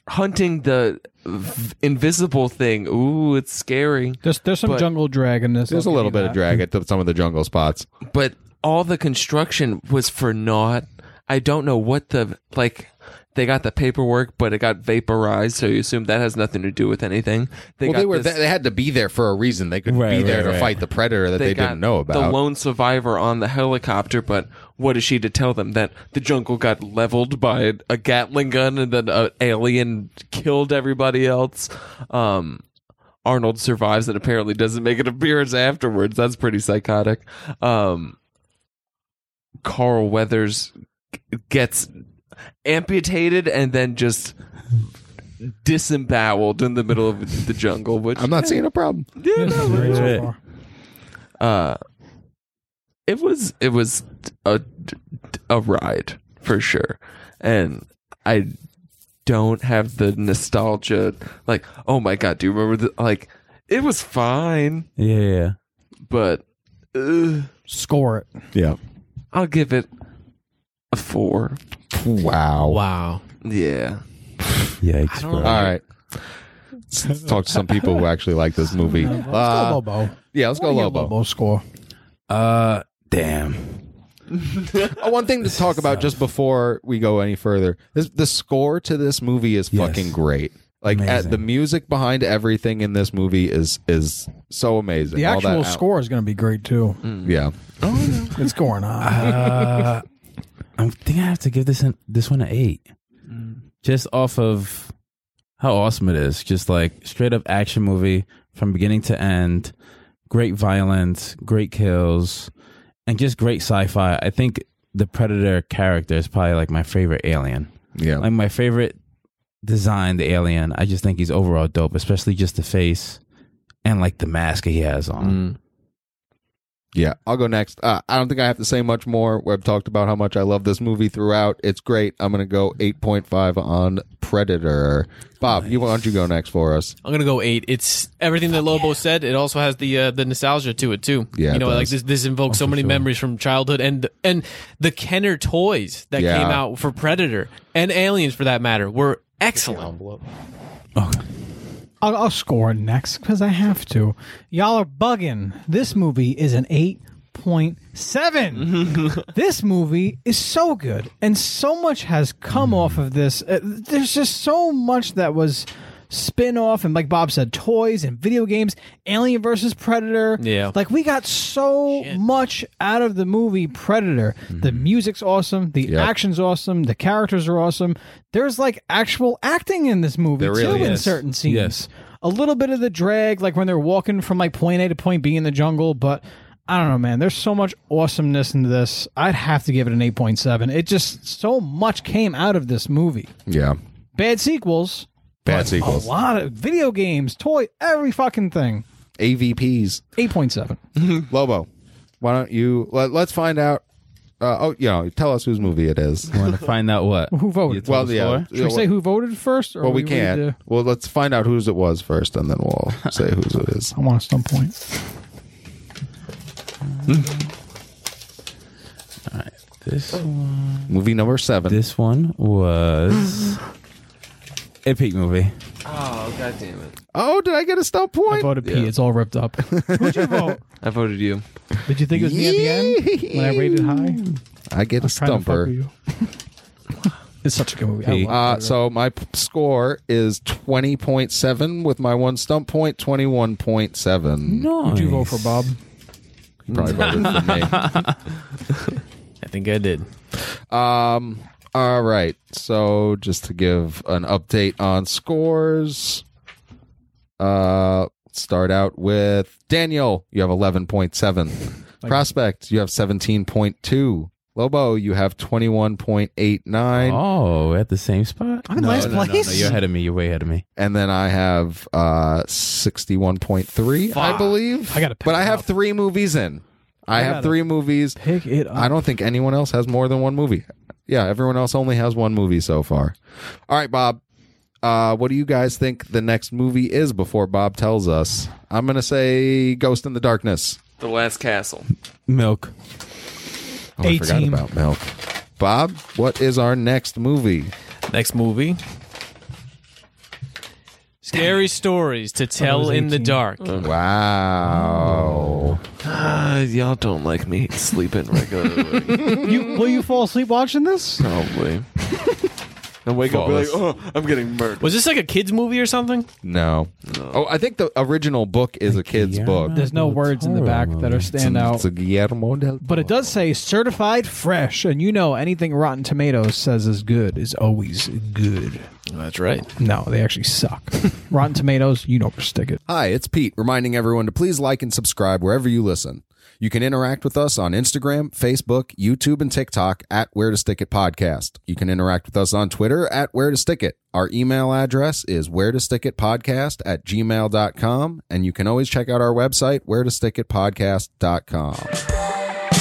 [SPEAKER 1] hunting the v- invisible thing. Ooh, it's scary."
[SPEAKER 2] There's there's some
[SPEAKER 1] But-
[SPEAKER 2] jungle drag in this.
[SPEAKER 5] There's a
[SPEAKER 2] I'll
[SPEAKER 5] little
[SPEAKER 2] give you
[SPEAKER 5] bit of drag at the, some of the jungle spots.
[SPEAKER 1] but all the construction was for naught. I don't know what the like. They got the paperwork, but it got vaporized, so you assume that has nothing to do with anything. They
[SPEAKER 5] well,
[SPEAKER 1] got
[SPEAKER 5] they were
[SPEAKER 1] this-
[SPEAKER 5] they had to be there for a reason. They could
[SPEAKER 3] Right,
[SPEAKER 5] be there
[SPEAKER 3] right,
[SPEAKER 5] to
[SPEAKER 3] right.
[SPEAKER 5] fight the predator that they,
[SPEAKER 1] got
[SPEAKER 5] didn't know
[SPEAKER 1] the
[SPEAKER 5] about.
[SPEAKER 1] lone survivor on the helicopter. But what is she to tell them that the jungle got leveled by a Gatling gun and then an alien killed everybody else? Um, Arnold survives and apparently doesn't make an appearance afterwards. That's pretty psychotic. Um, Carl Weathers g- gets amputated and then just disemboweled in the middle of the jungle. Which
[SPEAKER 5] I'm not seeing a problem.
[SPEAKER 1] Yeah, no,
[SPEAKER 2] that.
[SPEAKER 3] Wait, wait.
[SPEAKER 1] uh it was it was a a ride for sure and i don't have the nostalgia like oh my god do you remember the like it was fine
[SPEAKER 3] Yeah, yeah, yeah.
[SPEAKER 1] but uh,
[SPEAKER 2] Score it.
[SPEAKER 5] Yeah.
[SPEAKER 1] i'll give it a 4
[SPEAKER 5] Wow.
[SPEAKER 6] Wow.
[SPEAKER 1] yeah
[SPEAKER 3] Yikes,
[SPEAKER 6] don't
[SPEAKER 3] bro.
[SPEAKER 5] All right. Let's talk to some people who actually like this movie. Uh,
[SPEAKER 2] Lobo.
[SPEAKER 5] yeah, let's go Lobo.
[SPEAKER 2] Lobo score.
[SPEAKER 3] Uh, damn.
[SPEAKER 5] Uh, one thing to talk about just before we go any further is the score to this movie is
[SPEAKER 3] Yes.
[SPEAKER 5] fucking great. Like at
[SPEAKER 3] Amazing.
[SPEAKER 5] the music behind everything in this movie is is so amazing.
[SPEAKER 2] The
[SPEAKER 5] All that
[SPEAKER 2] actual
[SPEAKER 5] out- Mm.
[SPEAKER 2] score is going to be great too.
[SPEAKER 5] Yeah.
[SPEAKER 2] It's going on.
[SPEAKER 3] Uh, I think I have to give this an, this one an eight, just off of how awesome it is. Just like straight up action movie from beginning to end, great violence, great kills, and just great sci-fi. I think the Predator character is probably like my favorite alien.
[SPEAKER 5] Yeah.
[SPEAKER 3] Like my favorite designed alien. I just think he's overall dope, especially just the face and like the mask he has on.
[SPEAKER 5] Mm. Yeah, I'll go next. Uh, I don't think I have to say much more. Webb talked about how much I love this movie throughout. It's great. I'm going to go 8.5 on Predator. Bob, you why don't you go next for us?
[SPEAKER 6] I'm gonna go eight. It's everything that Lobo said. It also has the uh, the nostalgia to it too.
[SPEAKER 5] Yeah,
[SPEAKER 6] you know,
[SPEAKER 5] it
[SPEAKER 6] like
[SPEAKER 5] does. Oh,
[SPEAKER 6] this this invokes so many memories from childhood and and the Kenner toys that
[SPEAKER 5] Yeah.
[SPEAKER 6] came out for Predator and Aliens for that matter were excellent.
[SPEAKER 2] I'll, I'll score next because I have to. Y'all are bugging. This movie is an eight 8.7. this movie is so good, and so much has come off of this. Uh, there's just so much that was spin off, and like Bob said, toys and video games, Alien versus Predator.
[SPEAKER 6] Yeah.
[SPEAKER 2] Like, we got so much out of the movie Predator.
[SPEAKER 5] Mm-hmm.
[SPEAKER 2] The music's awesome, the action's awesome, the characters are awesome. There's like actual acting in this movie,
[SPEAKER 5] There really
[SPEAKER 2] too, in
[SPEAKER 5] is.
[SPEAKER 2] certain scenes
[SPEAKER 3] Yes.
[SPEAKER 2] a little bit of the drag, like when they're walking from like point A to point B in the jungle, but I don't know, man. There's so much awesomeness in this. I'd have to give it an 8.7. It just so much came out of this movie.
[SPEAKER 5] Yeah.
[SPEAKER 2] Bad sequels,
[SPEAKER 5] Bad
[SPEAKER 2] a
[SPEAKER 5] sequels.
[SPEAKER 2] lot of video games, toy, every fucking thing.
[SPEAKER 5] AVPs.
[SPEAKER 2] 8.7.
[SPEAKER 5] Lobo, why don't you let, us find out? Uh, oh, you know, tell us whose movie it is.
[SPEAKER 3] Want to find out what?
[SPEAKER 2] Who voted?
[SPEAKER 5] well, yeah.
[SPEAKER 2] Should we say who voted first? Or
[SPEAKER 5] Well, we
[SPEAKER 2] we
[SPEAKER 5] can't.
[SPEAKER 2] read
[SPEAKER 5] Well, let's find out whose it was first, and then we'll say whose it is.
[SPEAKER 2] the- I want at some point.
[SPEAKER 3] This
[SPEAKER 5] Movie number seven.
[SPEAKER 3] this one was a peak movie.
[SPEAKER 1] Oh god damn it!
[SPEAKER 5] Oh, did I get a stump
[SPEAKER 2] I
[SPEAKER 5] point?
[SPEAKER 2] voted P. It's all ripped up. Who'd you vote?
[SPEAKER 1] I voted you.
[SPEAKER 2] Did you think it was me at the end when I rated high?
[SPEAKER 5] I get
[SPEAKER 2] Trying to
[SPEAKER 5] a
[SPEAKER 2] fuck
[SPEAKER 5] stumper.
[SPEAKER 2] with you. it's such a good movie. I love
[SPEAKER 5] Uh, so my p- score is twenty point seven with my one stump point, twenty one point seven.
[SPEAKER 3] No,
[SPEAKER 2] Who'd you vote for, Bob?
[SPEAKER 5] Probably voted for me.
[SPEAKER 6] I think I did.
[SPEAKER 5] Um, all right. So just to give an update on scores, uh, start out with Daniel. You have eleven point seven. Prospect, you have seventeen point two. Lobo, you have twenty one point eight nine,
[SPEAKER 3] Oh, we're at the same spot.
[SPEAKER 2] I'm in last place.
[SPEAKER 3] No, you're ahead of me. You're way ahead of me.
[SPEAKER 5] and then I have uh sixty one point three, I believe.
[SPEAKER 2] I gotta pick
[SPEAKER 5] but I
[SPEAKER 2] it
[SPEAKER 5] have
[SPEAKER 2] up.
[SPEAKER 5] three movies in. I have
[SPEAKER 2] gotta
[SPEAKER 5] three movies.
[SPEAKER 2] Pick it up.
[SPEAKER 5] I don't think anyone else has more than one movie. Yeah, everyone else only has one movie so far. All right, Bob. Uh, what do you guys think the next movie is before Bob tells us? I'm going to say Ghost in the Darkness.
[SPEAKER 1] The Last Castle.
[SPEAKER 3] Milk.
[SPEAKER 5] Oh, I forgot
[SPEAKER 2] A-Team.
[SPEAKER 5] about Milk. Bob, what is our next movie?
[SPEAKER 6] Next movie. Scary stories to tell in the dark.
[SPEAKER 5] Uh.
[SPEAKER 1] Hmm.
[SPEAKER 5] Wow.
[SPEAKER 1] Uh, y'all don't like me sleeping regularly,
[SPEAKER 2] You, will you fall asleep watching this?
[SPEAKER 1] probably. And wake up and be like, oh, I'm getting murdered.
[SPEAKER 6] Was this like a kids movie or something?
[SPEAKER 5] No. Oh, I think the original book is a kid's book.
[SPEAKER 2] There's no words in the back that are stand out.
[SPEAKER 5] It's a Guillermo del
[SPEAKER 2] But it does say certified fresh, and you know anything Rotten Tomatoes says is good is always good.
[SPEAKER 6] That's right.
[SPEAKER 2] No, they actually suck. Rotten Tomatoes, you know where to stick it.
[SPEAKER 5] Hi, it's Pete, reminding everyone to please like and subscribe wherever you listen. You can interact with us on Instagram, Facebook, YouTube, and TikTok at Where to Stick It Podcast. You can interact with us on Twitter at Where to Stick It. Our email address is Where to Stick It Podcast at gmail.com. And you can always check out our website, Where to Stick It Podcast.com.